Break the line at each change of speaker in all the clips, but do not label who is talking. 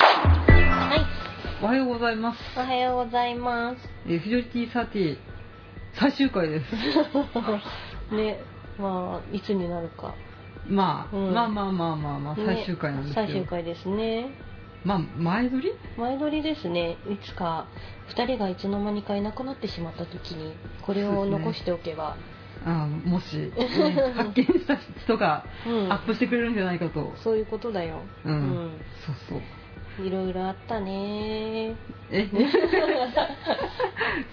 はい、
おはようございます。
おはようございます。
えー、フィジョリティサーティ最終回です。
ね、まあいつになるか。
まあ、
うん
まあまあまあまあまあ、
ね
最終回なんですけど。
最終回ですね。
まあ、前撮り
前撮りですね。いつか二人がいつの間にかいなくなってしまった時にこれを残しておけば、
あのも し、ね発見した人が
うん
アップしてくれるんじゃないかと。
そういうことだよ。
うん。そうそう。
うん、いろいろあったね。
え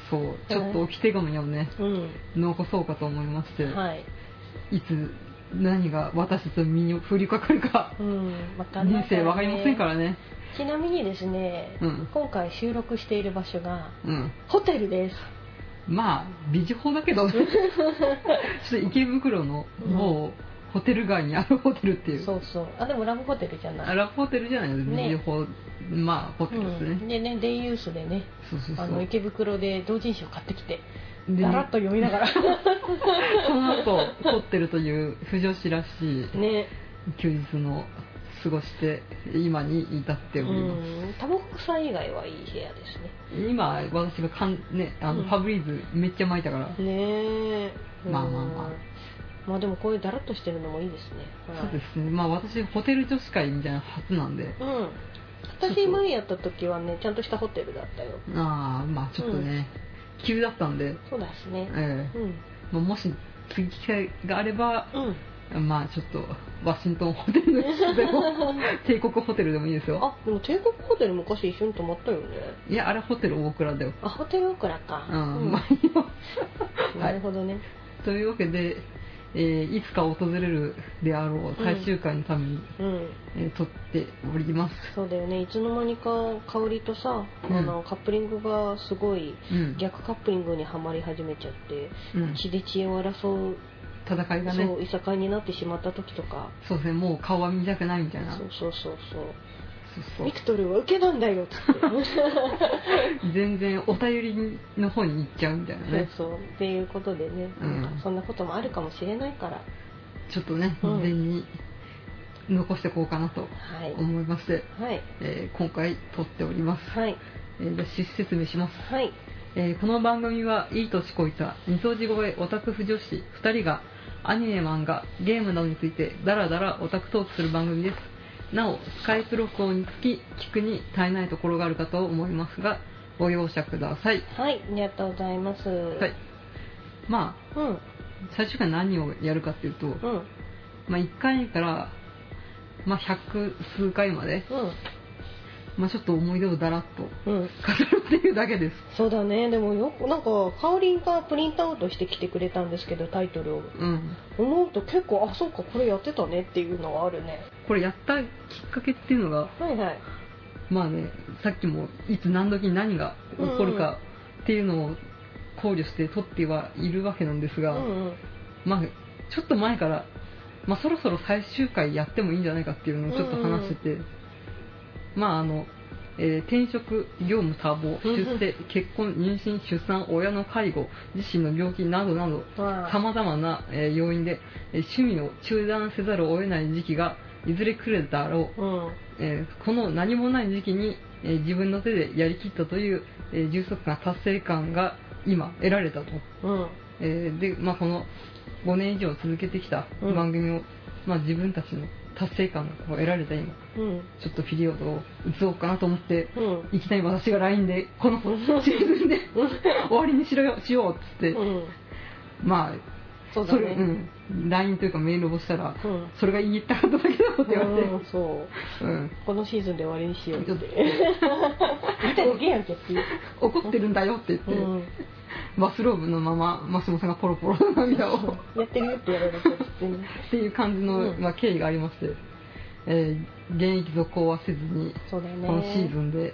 そう、ちょっと置き手紙をね、
うん、
残そうかと思いまして、
はい。
いつ、何が私たちの身に降りかかるか、
うん、わかんな
人
い
生わかりませんから
ね。
らね。
ちなみにですね、
うん
今回収録している場所が
うん。
ホテルです。
まあ美女法だけ どちょっと池袋の某ホテル街にあるホテルっていう、
そうそう。あでもラブホテルじゃない。
アラブホテルじゃないの
ね
美女法、まあホテルですね、
うん、でねデイユースでね
そうそうそ
あ
う
の池袋で同人誌を買ってきて
で
だらっと読みな がら
その後ホテルという不女子らしい
ね
休日の過ごして今に至って
う
おります、
んタバコ臭い以外はいい部屋です
今私がかん、ね、あの
うん
ファブリーズめっちゃ巻いたから、
ねねえ
まあまあまあ
うんまあでもこういうだらっとしてるのもいいですね、は
そ
い
うですねまあ私ホテル女子会みたいなの初なんで
うん
そう
私
そう
前やった時はねちゃんとしたホテルだったよ
ああまあちょっとね、急だったんで
そうですね
ええ
うん
まあ、もし次機会があれば、
うん
まあちょっとワシントンホテルの一室でも 帝国ホテルでもいいですよ
あでも帝国ホテル昔一緒に泊まったよね
いやあれホテル大倉だよ
あホテルオクラか
うん、
うん
まあいいよ
なるほどね、
というわけで、えーいつか訪れるであろう最終回のために、
うん
えー撮っております
そうだよねいつの間にか香りとさ、
うん
あのカップリングがすごい
うん、
逆カップリングにはまり始めちゃって、
うん、
血で血を争う、
戦いがね
そういさかいになってしまった時とか、
そうですねもう顔は見たくないみたいなそ
そううそうそうそ
そうう
ビクトルは受けなんだよっつって
全然お便りの方に行っちゃうみたいなね
そうそうっていうことでね、
うん
なんかそんなこともあるかもしれないから
ちょっとね
う
事
ん
前に残してこうかなと
はい
思いまして、
はい
えー今回撮っております、
はい
えー、じゃあ趣旨説明します、
はい
えーこの番組はいい年こいた二層地声オタク婦女子2人がアニメ漫画ゲームなどについてダラダラオタクトークする番組ですなおスカイプ録音につき聞くに足りないところがあるかと思いますがご容赦ください
はいありがとうございますは
はいま
うん
あ最終回何をやるかっていうと、
うん
まあ、1回目から、まあ、100数回まで、まあ、ちょっと思い出をダラっと語
うんうん
るっていうだけです
そうだねでもよくなんかかおりんがプリントアウトしてきてくれたんですけどタイトルを
うん
思うと結構あそうかこれやってたねっていうのはあるね
これやったきっかけっていうのが
はいはい
まあねさっきもいつ何時に何が起こるかっていうのを考慮して撮ってはいるわけなんです
う
が、
んうん
まあちょっと前から、まあ、そろそろ最終回やってもいいんじゃないかっていうのをちょっと話してて、まああの、えー転職業務多忙
うんうん
出世結婚妊娠出産親の介護自身の病気などなど
ま
さまざまなえー要因でえー趣味を中断せざるを得ない時期がいずれ来るだろう
うん
えーこの何もない時期に、えー自分の手でやりきったという、えー充足感達成感が今得られたと、
うん
えーで、まあ、この5年以上続けてきた
うん
番組を、まあ、自分たちの達成感がこう得られた今
うん
ちょっとピリオドを打とうかなと思って
うん
いきなり私が LINE でこのシーズンで終わりにしろよしようっつって、
うん
まあ
そうだね
れうん、LINE というかメールをしたら、
うん
それが言いたかっただけだろって言われて、
うんそう
うん、
このシーズンで終わりにしようって
ちょっ
見てるけやんけっていう
怒ってるんだよって言って、
うん
バスローブのままマスモさんがポロポロの涙をっ
やってるよってやられて普通に
ていう感じの、
うん
まあ、経緯がありまして、えー現役続行はせずに
そうだよね
このシーズンで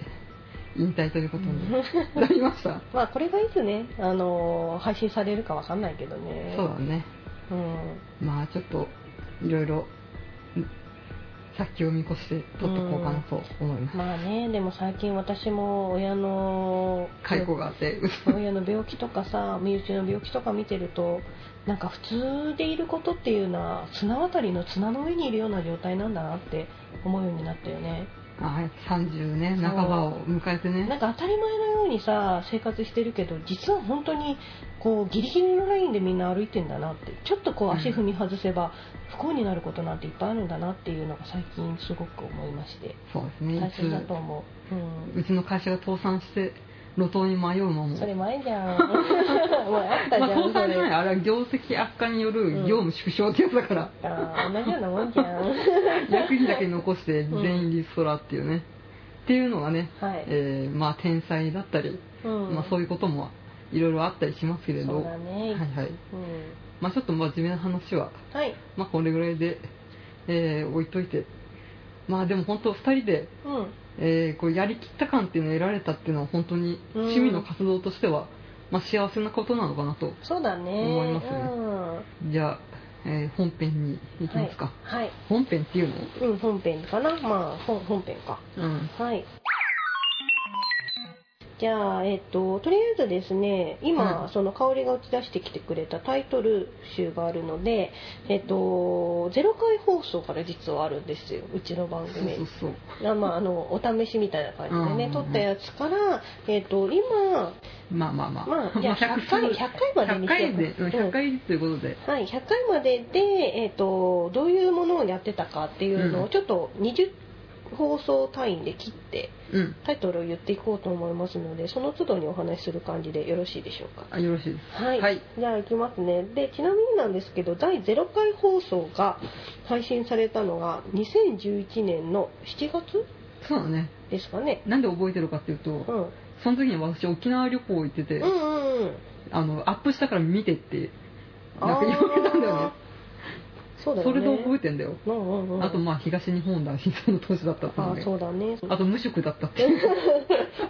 引退ということになりま した、
まあこれがいつねあのー配信されるかわかんないけどね
そうだね
うん
まあちょっといろいろ先を見越して撮ってこうかなと思います、
まあねでも最近私も親の
解雇があって
親の病気とかさ身内の病気とか見てるとなんか普通でいることっていうのは綱渡りの綱の上にいるような状態なんだなって思うようになったよね
あ30ね半ばを迎えて
なん
ね
か当たり前のようにさ生活してるけど実は本当にこうギリギリのラインでみんな歩いてんだなってちょっとこう足踏み外せば不幸になることなんていっぱいあるんだなっていうのが最近すごく思いまして
そうですね
大
い
切だと
つ
思う、うん、
うちの会社が倒産して路頭に迷う間も
それ前 じゃんもうあったじ
まあ、
ゃん
倒
そ
産じゃない
れ
あれは業績悪化による業務縮小ってやつだ から、
あー同じようなも んじゃん
役員だけ残して全員リストラっていうね、っていうのがね、
はい、
えーまあ天才だったり、
うん
まあ、そういうこともいろいろあったりしますけれど
そうだね
はいはい
うん
まあ、ちょっと真面目な話は、
はい
まあ、これぐらいで、えー置いといてまあでも本当2人で、
うん
えーこうやりきった感っていうのを得られたっていうのは本当に
うん
趣味の活動としては、まあ、幸せなことなのかなと
そうだね
思いますね
うん
じゃあ、えー本編に行きますか、
はい、はい
本編っていうの
うん、本編かなまあ本本編か
うん
はい。じゃあ、えっと、とりあえずですね、今、
はい
その香りが打ち出してきてくれたタイトル集があるので、えっと、ゼロ回放送から実はあるんですよ、うちの番
そう
組。
そうそう
あまあ、あのお試しみたいな感じでね、
うん
撮ったやつから、えっと今、
まあまあまあ、
まあ、じゃあ100回 ,100 回まで
100
にして
回でうん
うん
100回ということで、
はい、100回までで、えー、とどういうものをやってたかっていうの
う
を
ん
ちょっと20放送単位で切って
うん
タイトルを言っていこうと思いますのでその都度にお話しする感じでよろしいでしょうか
あよろしいです
はい、
はい
じゃあいきますねでちなみになんですけど第0回放送が配信されたのが2011年の7月
そうだね
ですかね
なんで覚えてるかっていうと、
うんうん
その時に私沖縄旅行行ってて、
うんうん
あのアップしたから見てってなん
あ
か言われたんだよね
ーそうだよ
そ
ね
れで覚え
て
てんだよ、
うんうんうん
あとまあ東日本大震災の当時だったっていう
あ
の
ー
で
そうだね
あと無職だったっていう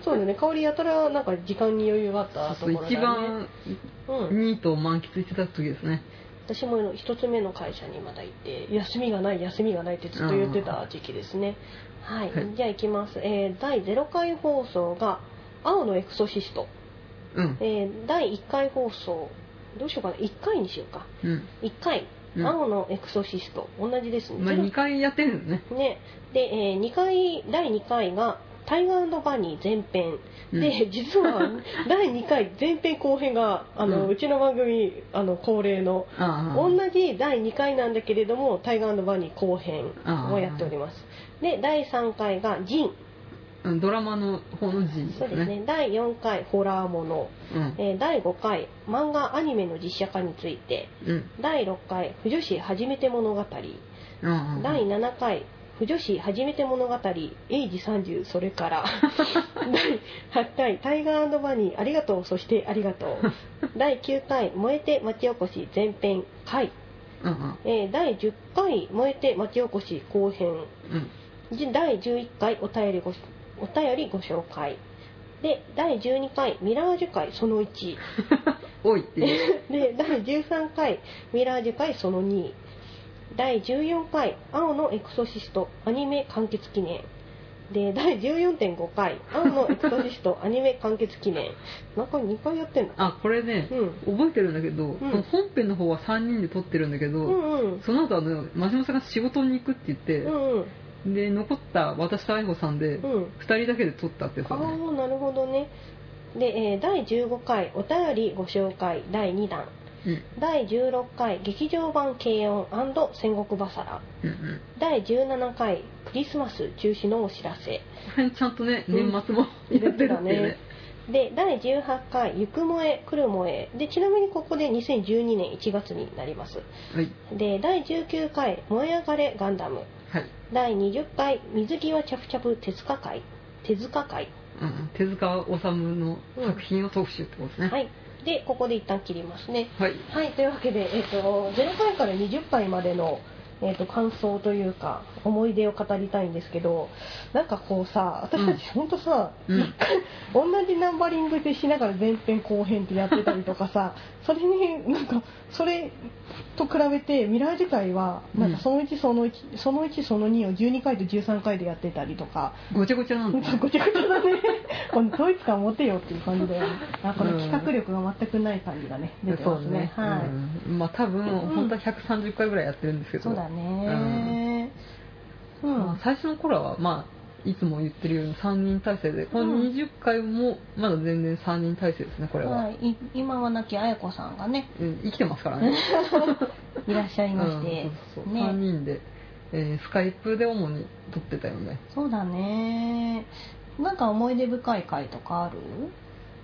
そう だね、香りやたらなんか時間に余裕があったところだ、ね、
一番
うん、
ニートを満喫してた時ですね
私も一つ目の会社にまだいて休みがない休みがないってずっと言ってた時期ですねはい、
はい
じゃあ行きます、えー第0回放送が「青のエクソシスト
うん」
えー第1回放送どうしようかな1回にしようか
うん
1回「
うん
青のエクソシスト」同じですね,
まあ
ゼロ、
2回やってるのね
ねで、え2回第2回が「タイガーバニー」前編
うん
で実 は第2回前編後編があの、
う
うんちの番組あの恒例の
ああ
同じ第2回なんだけれども「タイガーバニー」後編をやっておりますで第3回が「ジン
うんドラマの方の字」
そうですね第4回「ホラーもの
うん」
えー第5回「漫画アニメの実写化について」
うん
第6回「不女子初めて物語」
うんうん
第7回「不女子初めて物語」「エイジ30それ から」第8回「タイガーバニーありがとうそしてありがと う」第9回「燃えて町おこし」前編回、
うんうん
えー第10回「燃えて町おこし」後編
うん
じ第11回お便りごしお便りご紹介で第12回ミラージュ会その1
多いって いう
で第13回ミラージュ会その2第14回青のエクソシストアニメ完結記念で第14.5回青のエクソシス トアニメ完結記念なんか2回やってんの
あこれね
うん
覚えてるんだけど、
ん
その本編の方は3人で撮ってるんだけど、
うんうん
その後あの真島さんが仕事に行くって言って
う、んうん
で残った私と愛子さんで、
うん
2人だけで撮ったってやつ
あ
だね
あなるほどねで、えー第15回お便りご紹介第2弾
うん
第16回劇場版軽音戦国バサラ
うんうん
第17回クリスマス中止のお知らせ
これ ちゃんとね
うん
年末も
入
や
れ
って
て
る
た
っていうね
ねで第18回「ゆくもえくるもえ」でちなみにここで2012年1月になります
はい
で第19回「燃え上がれガンダム
はい、」
第20回「水際チャプチャプ手塚会」手塚会
うん、手塚治虫の作品を特集ってことですね、
はいでここで一旦切りますね
はい
はいというわけで、えっと0回から20回までのえー、と感想というか思い出を語りたいんですけどなんかこうさ私たち本当さ、
うん
同じナンバリングでしながら前編後編ってやってたりとか さそれになんかそれと比べて未来次回はなんかその1その1、その1その2を12回と13回でやってたりとか
ごちゃごちゃなんだ
ごちゃごちゃだねこの統一感持てよっていう感じだよねあこの企画力が全くない感じがね出て
そ
ま
う
すねはい、
うんまあ多分
うん
本当は130回ぐらいやってるんですけど
そうだねう
ま
ん
あ、最初の頃はまあいつも言ってるように3人体制でこの
うん
20回もまだ全然3人体制ですねこれは、
はい、い今は亡き綾子さん がね
うん生きてますからね
いらっしゃいまし
う
て
ん、そうそう3
ね
人で、えースカイプで主に撮ってたよね
そうだねなんか思い出深い回とかある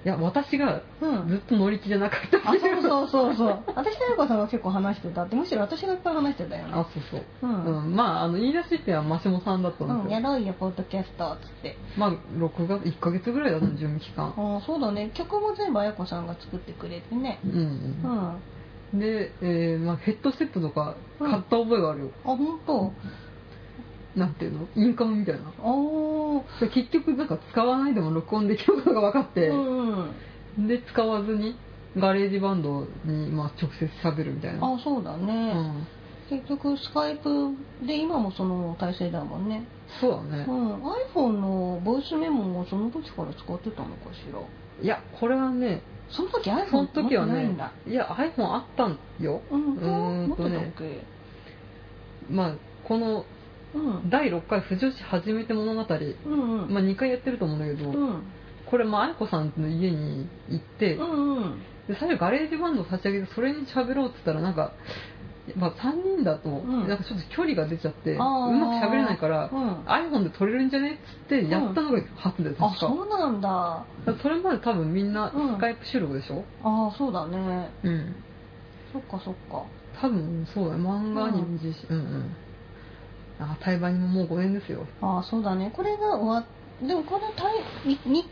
いや私が
うん
ずっと乗り気じゃなかった
あそうそうそうそう私と綾子さんが結構話してたってむしろ私がいっぱい話してたよね
あそうそう、
う
うん
ん、
まああの言い出しってはマシモさんだった
うん
んです
や
よ、
ろうよポッドキャストっつって
まあ6月1ヶ月ぐらいだったの準備期間
ああそうだね曲も全部綾子さんが作ってくれてね
うん、
うんあ
で、えーまあ、ヘッドセットとか
うん
買った覚えがあるよ、
本当
なんていうのインカムみたいな
あ
それ結局なんか使わないでも録音できることが分かっ
あ
て、
うん
で使わずにガレージバンドにまあ直接喋るみたいな
あそうだ
う
ね、
ん
結局スカイプで今もその体制だもんね、
そうだ
う
ね、
ん、iPhone のボイスメモもその時から使ってたのかしら
いやこれはね
その時
その
iPhone 持っ
時
て
は
ない
ね
んだ、
いや iPhone あったんよ
うん、
ーん
持って
と
たっ
ね
け
まあこの
うん
第6回「不女子初めて物語」
うんうん
まあ、2回やってると思うんだけ
う
ど、
ん
これまあ愛子さんの家に行って、
うんうん
で最初ガレージバンドを立ち上げてそれに喋ろうって言ったらなんか、まあ、3人だと
ん
なんかちょっと距離が出ちゃって、う
あー
まく喋れないから
う、ん
iPhone で撮れるんじゃねっつってやったのが初で、
あ
確か
そうなんだあ
だからそれまで多分みんな
うん
スカイプ収録でしょ、
あそうだね
うん、
そっかそっか
多分そうだね漫画に
うん
自身、うんうんあ対バンにももう5年ですよ
ああそうだねこれが終わっでもこのタイ2回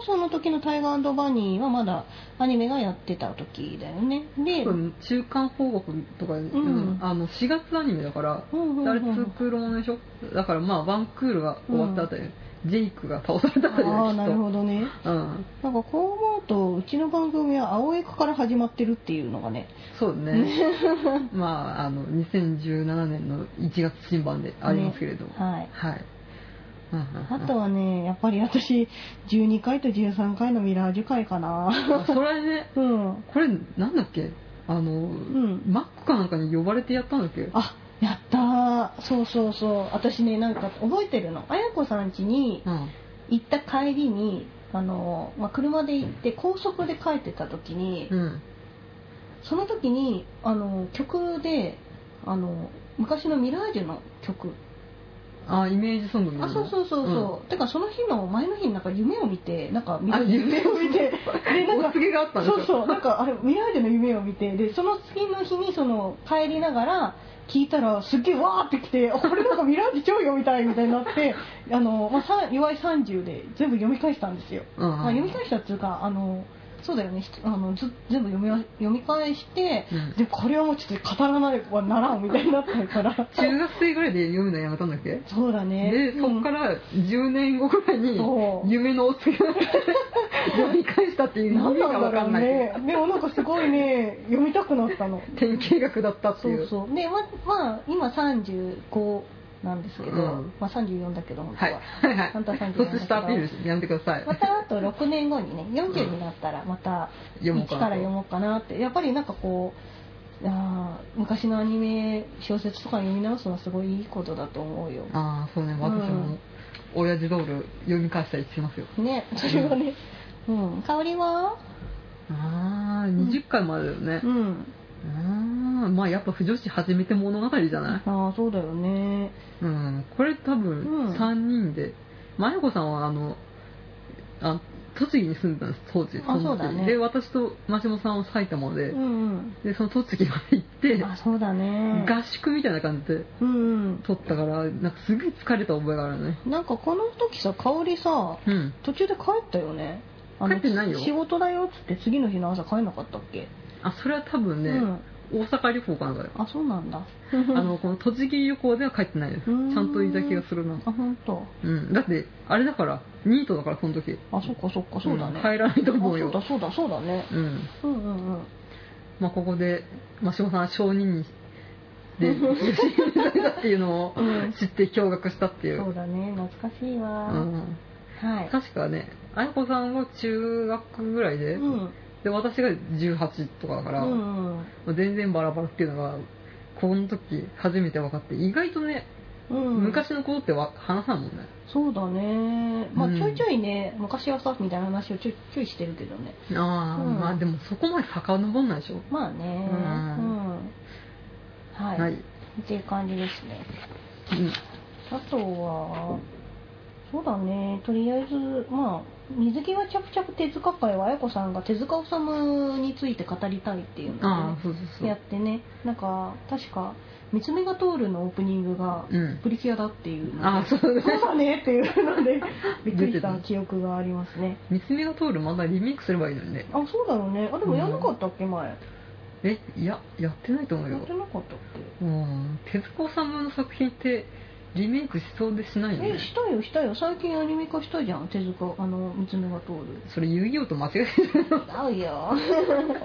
放送の時の「タイガーバニー」はまだアニメがやってた時だよねで、
多分中間報告とか、うん
ん
あの4月アニメだから、
うんうんうん
あれツークールものでしょだからまあワンクールが終わったあたり、ジェイクが倒されたあたりだ
あ
よき
あ
っと
なるほどね
うん、
なんかこう思うとうちの番組は青エクから始まってるっていうのがね
そうね まああの2017年の1月新版でありますけれども、
ねはい
はい、うんうんうん
あとはねやっぱり私12回と13回のミラージュ回かな
あそれね
うん
これなんだっけあの、
ん
マックかなんかに呼ばれてやったんだっけ
あやったーそうそうそう私ねなんか覚えてるの綾子さん家に
うん
行った帰りにあの、まあ、車で行って高速で帰ってた時に
うん
その時にあの曲であの昔のミラージュの曲
あイメージソングみたいな
あそうそうそうそう、てかその日の前の日になんか夢を見てなんか見た
あ夢を見て
でなん
お
か
告げがあったんです
そう
よ
そうなんかあれミラージュの夢を見てでその次の日にその帰りながら聞いたらすっげえわーってきてあこれなんかミラージュ超読みたいみたいになって あの、まあさ、祝い30で全部読み返したんですよ、
うんうん
まあ、読み返したっていうかあのそうだよねひあのず全部読みわ読み返して、
うん
でこれはもうちょっと語らないはならんみたいになったから
中学生ぐらいで読むのやめたんだっけ
そうだね
でそこ
うん
から10年後ぐらいに
そう
夢のお告げがあって 読み返したっていう意
何
味が
なんだ
分か
ろうん
ない
ねでもなんかすごいね読みたくな ったの
典型が下ったって
そ
いうう
そうでままあ今35なんですけど、
うん
まあ、34だけど本当
はい
は、
はいはい
本当は37
突したアピールやめてください
またあと6年後にね40になったらまた
読もう
一
か
か
な
ら読もうかなってやっぱりなんかこうあー昔のアニメ小説とか読み直すのはすごいいいことだと思うよ
ああそうね私
う
も
ん
親父ドール読み返したりしますよ
ねそれはねうん香りは
ああ20回までだよね
うん
ああまあやっぱ不女子初めて物語じゃない
ああそうだよね
うんこれ多
うん
分3人で麻也子さんはあのあ栃木に住んでたんです当時
あそうだね
の時で私と真下さんは埼玉で、
うん
でその栃木まで行っ
うん
て
あそうだね
合宿みたいな感じで
うんうん
撮ったからなんかすごい疲れた覚えがあるね
なんかこの時さ香りさ
うん
途中で帰ったよねあの
帰ってないよ
仕事だよっつって次の日の朝帰んなかったっけ
あそれは多分ね、
うん
大阪旅行かなんかで
あそうなんだ
あのこの栃木旅行では帰ってないですち
うーん
ゃんといた気がするな
あ本当
うんだってあれだからニートだからその時
あそっかそっかそうだね、
ん帰らないと思うよ
あそうだそうだそうだね
うん
うんうんうん
まあここでまあ志保さんは証人に で信されたっていうのを
うん
知って驚愕したっていう
そうだね懐かしいわ、
うん
はい
確かねあやこさんは中学ぐらいで、
うん
で私が18とかだから、
う
も
んうん
う全然バラバラっていうのがこの時初めて分かって意外とね、
うん、
昔のことってわ話さんもんね
そうだねまあ
うん
ちょいちょいね、昔はさみたいな話をちょいちょいしてるけどね
ああ、
うん
まあでもそこまで遡んないでしょ
まあねうん、はい、
はい、
っていう感じですね
うん
あとはそうだねとりあえずまあ水際着々手塚会は綾子さんが手塚治虫について語りたいっていうのを
あ
ね
あそうそうそう
やってねなんか確か「三つ目が通る」のオープニングが
うん
プリキュアだっていうので
ああそう ね
そうだねっていうの でびっくりし
出
た
てた
記憶がありますね
三つ目が通るまだリメイクすればいいのにね
あそうだよねあでもやんなかったっけ前や
えいややってないと思うよ
ってなかったっ
うん手塚治虫の作品ってリメイクしそうでしない
け
よね
えしたよしたよ最近アニメ化したじゃん手塚あの三つ目が通る
それ遊戯王と間違え
合うよやったや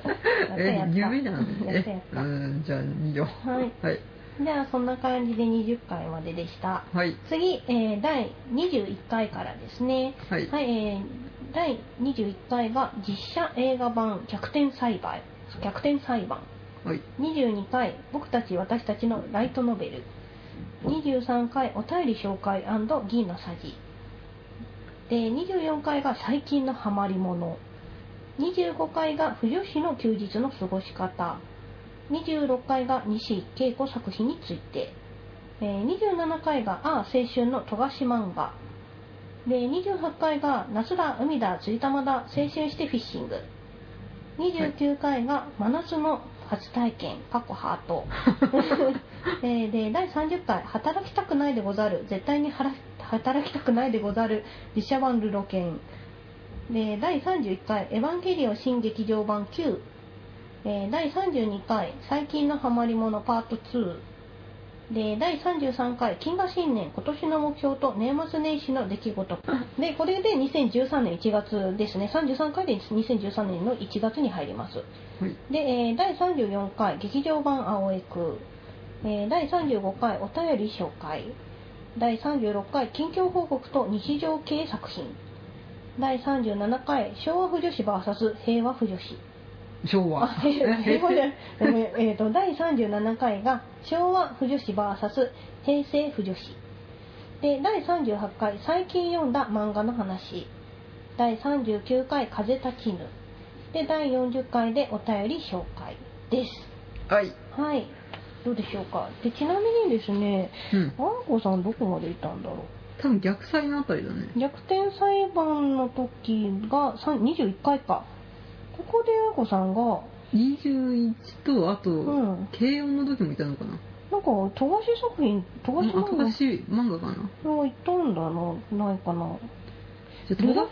え
っ、た
夢じゃん。
やったやった
えうん、じゃあ、いいよ。
はい
はい。
じゃあそんな感じで20回まででした
はい。
次、えー第21回からですね
はい。
はい、えー第21回が実写映画版「逆転裁判」逆転裁判
はい。
22回「僕たち私たちのライトノベル」23回「お便り紹介銀のさじ」で24回が「最近のハマりもの」25回が「不女子の休日の過ごし方」26回が西恵子作品について、えー27回が「ああ青春の富樫漫画」で28回が「夏だ海だ釣り玉だ青春してフィッシング」29回が「真夏の初体験」過去ハート えーで第30回「働きたくないでござる絶対にはら働きたくないでござる実写版ルロケン」で第31回「エヴァンゲリオン新劇場版9」えー第32回「最近のハマりものパート2」で第33回「金河新年今年の目標と年末年始の出来事」でこれで2013年1月ですね33回で2013年の1月に入ります
はい。
で、えー第34回劇場版青江区、えー第35回お便り紹介第36回近況報告と日常系作品第37回昭和婦女子 VS 平和婦女子
昭和。
あ平和平和じゃないごめんえーと第37回が昭和婦女子 VS 平成婦女子で第38回最近読んだ漫画の話第39回風立ちぬで第40回でお便り紹介です
はい。
はいどうでしょうかでちなみにですね
うん。
あんこさんどこまでいたんだろ
多分逆サイのあたりだね。
う逆転裁判の時がさん21回かここであんこさんが
21と、あと、
うん
軽音の時もいたのかな。
なんか、富樫作品、富樫
うん後
漫
出
画
し漫画かな。
は行ったんだな、ないかな。
じゃあ
ルロケンの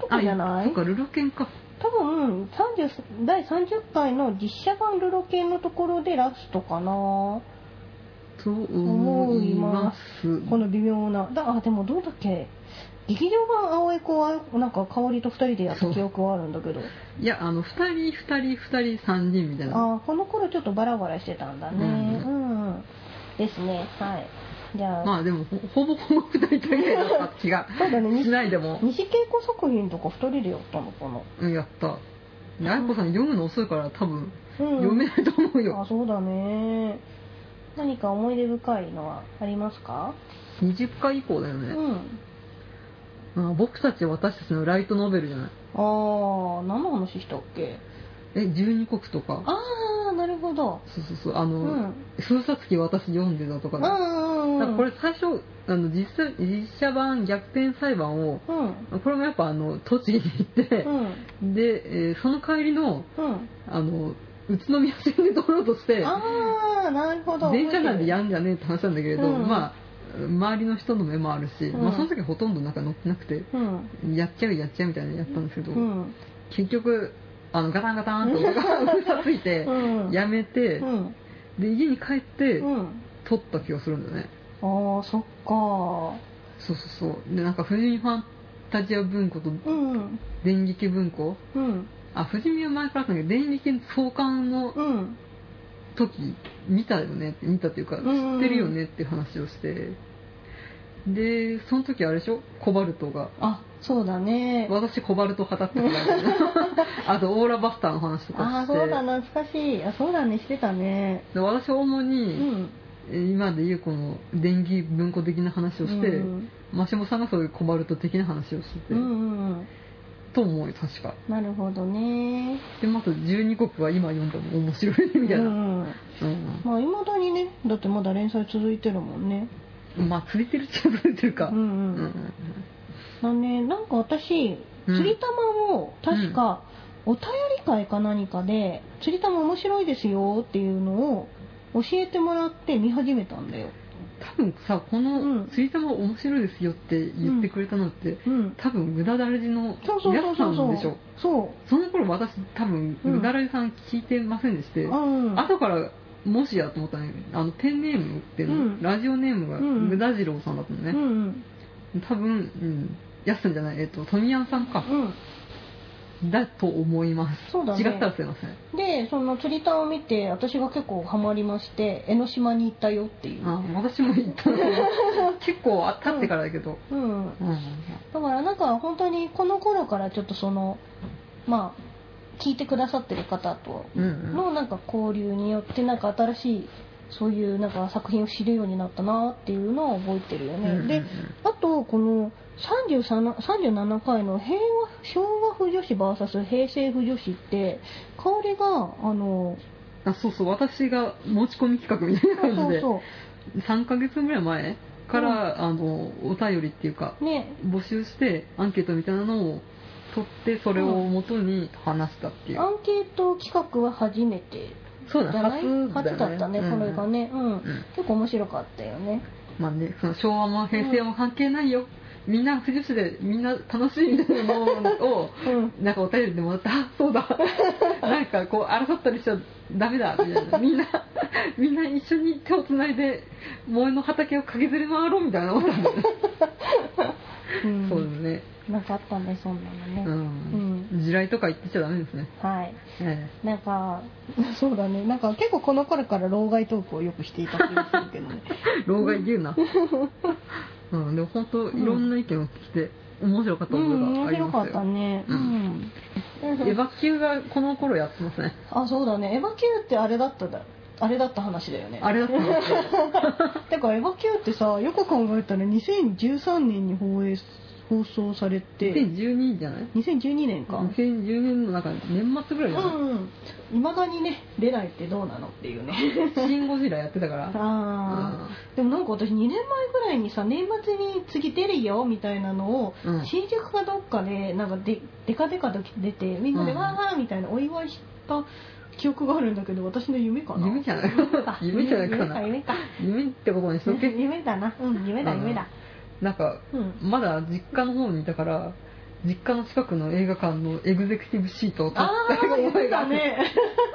とこじゃな
あそ
い
っか、ルロケンか。
多分、30第30回の実写版ルロケンのところでラストかな。
と思います。
この微妙な。だあ、でもどうだっけ劇場版青江子は、なんか、香りと二人でやった記憶はあるんだけど。
いや、あの、二人、二人、二人、三人みたいな。
あーこの頃ちょっとバラバラしてたんだね。う、
うん
うん。ですね。はい。じゃあ、
まあでも、ほほぼほぼ二人だけだった気が
そうだね
しないでも。
西恵子作品とか二人でやったのかな。
うん、やった。であやこさん読むの遅いから多分
うん、
読めないと思う
あ
よ。
そうだね何か思い出深いのはありますか、
20回以降だよ
う
ね。
ん
あ僕たち私たちのライトノベルじゃない。
ああ何の話したっけ
え、十二国とか。
ああなるほど
そうそうそう。あ
う
の、
ん
数冊記私読んでたとか
う
ね。
ん
だ
う
か
ん
らこれ最初、あの実際実写版逆転裁判を、
うん
これもやっぱあの、栃木に行って
う、ん
で、えーその帰りの、
うん
あの、宇都宮線で撮ろうとして、
ああなるほど
電車なんで
ん
やんじゃねえって話なんだけれど、
うん
まあ周りの人の目もあるし、
うん
まあ、その時はほとんどなんか乗ってなくて
うん
やっちゃうやっちゃうみたいなのやったんですけど、
うん
結局あのガタンガタンとガタンガタンついて
うん
やめて、
うん
で家に帰って、
うん
撮った気がするんだよね
ああそっか
そうそうそうでなんか富士見ファンタジア文庫と
うん
電撃文庫
うん
あ富士見は前からあったんだけど電撃創刊の
うん
時見たよねって見たっていうか知
ん
ってるよねっていう話をしてでその時あれでしょコバルトが
あそうだね
私コバルト派だったから あとオーラバスターの話とかして
ああそうだな懐かしいあそうだねしてたね
で私は主
う
に、
ん
今でいうこの電気文庫的な話をして、
うん
マシモさんがそういうコバルト的な話をしてて、
うんうんうん
と思うよ確か
なるほどね
でまた12国は今読んでも面白いねみたいな、
う
うん
んまあいまだにねだってまだ連載続いてるもんね
まあ釣れてるっちゃ釣れてるか、
うんうん、だねなんか私
うん
釣り玉を確か、お便り会か何かで釣り玉面白いですよっていうのを教えてもらって見始めたんだよ
多分さこ
うん
の「釣り玉面白いですよ」って言ってくれたのって、
うん
多分無駄だらじの
そうそうそ
や
う
つな
そうそ
ん
う
でしょ
そ
その頃私多分
うん
無駄だらじさん聞いてませんでして、
ううん
後からもしやと思ったねあのペンネームっていうの、
うん
ラジオネームが
うん
無駄次郎さんだったの
う
ね、
んうん
多分、うん、やすさんじゃないえっと富山さんか、
うん
だと思います
そうだね
違ったらすいません
でその釣り玉を見て私が結構ハマりまして江ノ島に行ったよっていう
あ私も行 ったの結構あ経ってからだけど、
うん
うん
だからなんか本当にこの頃からちょっとそのまあ聞いてくださってる方と
うんうん
のなんか交流によってなんか新しいそういうなんか作品を知るようになったなっていうのは覚えてるよね、
うんうんうん
であとこの 33, 37回の平和昭和婦女子 VS 平成婦女子って香りがあの
あそうそう私が持ち込み企画みたいな
そ
感
う
じで
そ
3ヶ月ぐらい前から、あのお便りっていうか
うね
募集してアンケートみたいなのを取ってそれを元に話したっていう、
アンケート企画は初めて
そう
じ
だ
ゃない
初だ,、
初だったね、
うん
これがねうん、
ん
結構面白かったよね
まあねその昭和も平成も関係ないよ、みんな富士市でみんな楽しいみたいなのを
うん
なんかお便りでもらった あそう だなんかこう争ったりしちゃダメだみたいなみんな みんな一緒に手をつないで萌えの畑を駆けずり回ろうみたいな思ったんだよね、
うん
そうですね
なんかあったねそんなのね、
うん、地雷とか言ってちゃダメですね、
はい
え
なんかそうだねなんか結構この頃から老害トークをよくしていた気がするけど ね
え、老害言う な、うん、でも本当いろんな意見を聞いて面白かった
う
こ
ん
とが
面
あり
白か
ま
っ
す
た
よ、
ねう、
うんエヴァ級がこの頃やってますね
あそうだねエヴァ Q ってあれだっただあれだった話だよね
あれだったんですよ
てかエヴァ Q ってさよく考えたら2013年に放映放送されて
2012じゃない
2012年か
?2010 年の中年末ぐらいじゃない、
いまだにね出ないってどうなのっていうね
シン・ゴジラやってたから
あーでもなんか私2年前ぐらいにさ年末に次出るよみたいなのを、
うん
新宿かどっかでなんかででかでかと出てみんなで
うん
わーわーみたいなお祝いした記憶があるんだけど私の夢かな
夢じゃない
か
夢じゃないかな
夢か
夢ってことにしと
夢か
け
夢だなうん夢だ夢だ
なんか
うん
まだ実家の方にいたから実家の近くの映画館のエグゼクティブシートを取
あ
っ
あー言ってたね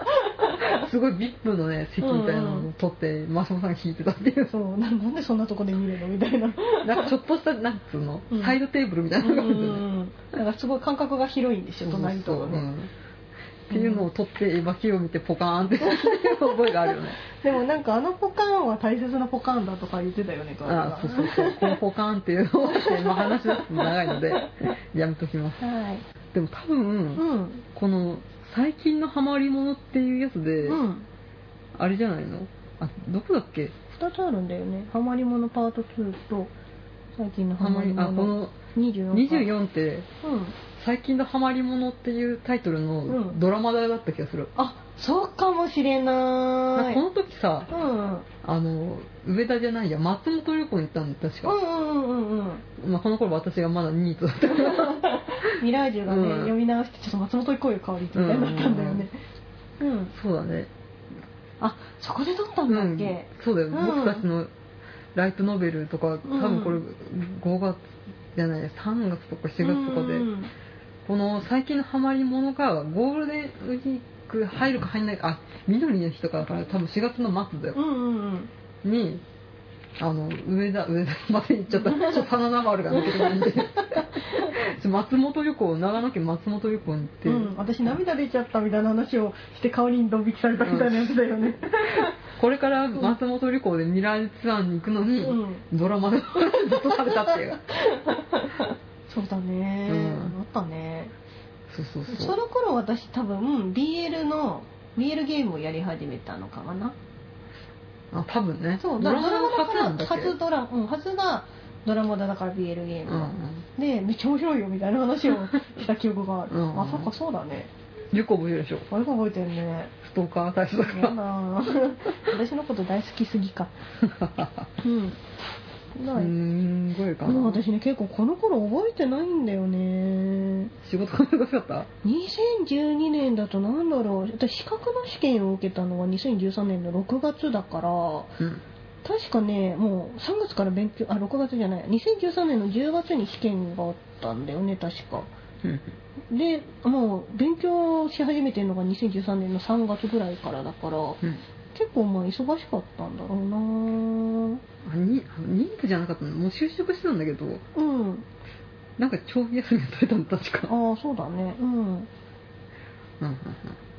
て すごい VIP のね席みたいなのを取ってマシモさんが弾いてたって いう
そうななんでそんなとこで見るのみたいな
なんかちょっとしたなんつうの、
うん
サイドテーブルみたいなのがあるんだよね
だからすごい感覚が広いんですよ隣と
そう
か
そうう
ね
んっていうのを撮ってエヴァキを見てポカーンって 覚えがあるよね
でもなんかあのポカンは大切なポカンだとか言ってたよねカオルが
あそうそうそうこのポカーンっていうのをして、まあ、話すと長いのでやめときます
はい
でも多
う
分、
ん
この最近のハマりものっていうやつで、
うん
あれじゃないのあどこだっけ
2つあるんだよねハマりものパート2と最近のハ
ハ
マ
マ
り
りあ
も
こ
の
の
24回
24って
うん
最近のハマりものっていうタイトル
う
の
ん
ドラマだった気がする、
あそうかもしれ
な
なん
か
い
この時さ
うんうん
あの上田じゃないや松本旅行に行ったんだ確か、
うんうんうんうん
まあ、この頃私がまだニートだ ったから
ミラージュがね、
うん
読み直してちょっと松本行こうよ香りみたいになったんだよねうん
そうだね
あそこで撮ったんだっけ、
そうだよ、
うん
僕たちのライトノベルとか多分これ5月じゃない3月とか4月とかで
うん
この最近のハマりものがゴールデンウィーク入るか入んないかあ緑の日とかだから多分4月の末だよ
うんうんうん
にあの上田上田 まで行っちゃったちょっと花名丸が抜けてないんでちょっと 松本旅行長野県松本旅行に行って、
うん、私涙出ちゃったみたいな話をして顔にドン引きされたみたいなやつだよね、
これから松本旅行でミラージュツアーに行くのに、
うん
ドラマで ずっとされたっていう
そうだね、
うん
あったね
そうそうそう
その頃私多分 BL の BL ゲームをやり始めたのかな
あ多分ね
そう
ド
だ
ラマの
ドラマ
初なんだ
だ
っけ
から初ドラマ、うん、初がドラマだだから BL ゲーム
う
だ、
ん
でめっちゃ面白いよみたいな話をした記憶がある、
うん
あそっかそうだね
うんよく覚えるでしょ
あれ覚えてるね
ストーカー対象だ
やだ
か
な 私のこと大好きすぎかうん
ら
な
す
い
んごいか
もう
な
私ね結構この頃覚えてないんだよね
仕事が難しかった
2012年だと何だろう私資格の試験を受けたのは2013年の6月だから
うん
確かねもう3月から勉強あ6月じゃない2013年の10月に試験があったんだよね確か
うん
でもう勉強し始めてるのが2013年の3月ぐらいからだから
うん
結構まあ忙しかったんだろうな
あに妊婦じゃなかったのもう就職してたんだけど
うん
なんか長期休みが取れたの確か
ああそうだねうん
うん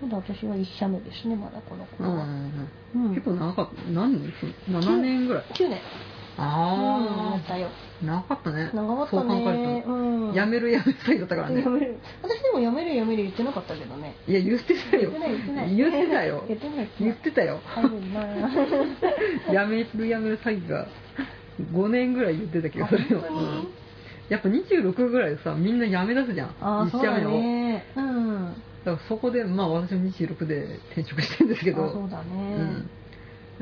まだ私は1社目ですねまだこの子
うんうんう
は、
ん
う
うん
ん、
結構長かった何年7年ぐらい
9年うん
あ
やったよ
あ長かったね
長かった
そう考
ね
え
うん
たらやめるやめたいだったからね
やめる私でもやめるやめる言ってなかったけどね
いや言ってた
言
よ
ってない言ってない
言ってたよ
言ってない
言ってたよ
多分な
やめるやめる詐欺が5年ぐらい言ってたけどそれは
あ本当
う
に
んやっぱ26ぐらいでさみんなやめ出すじゃん
ああ
一
そう
社
だ
目を
ねうん
だからそこでまあ私も26で転職してるんですけど
あそうだね
うん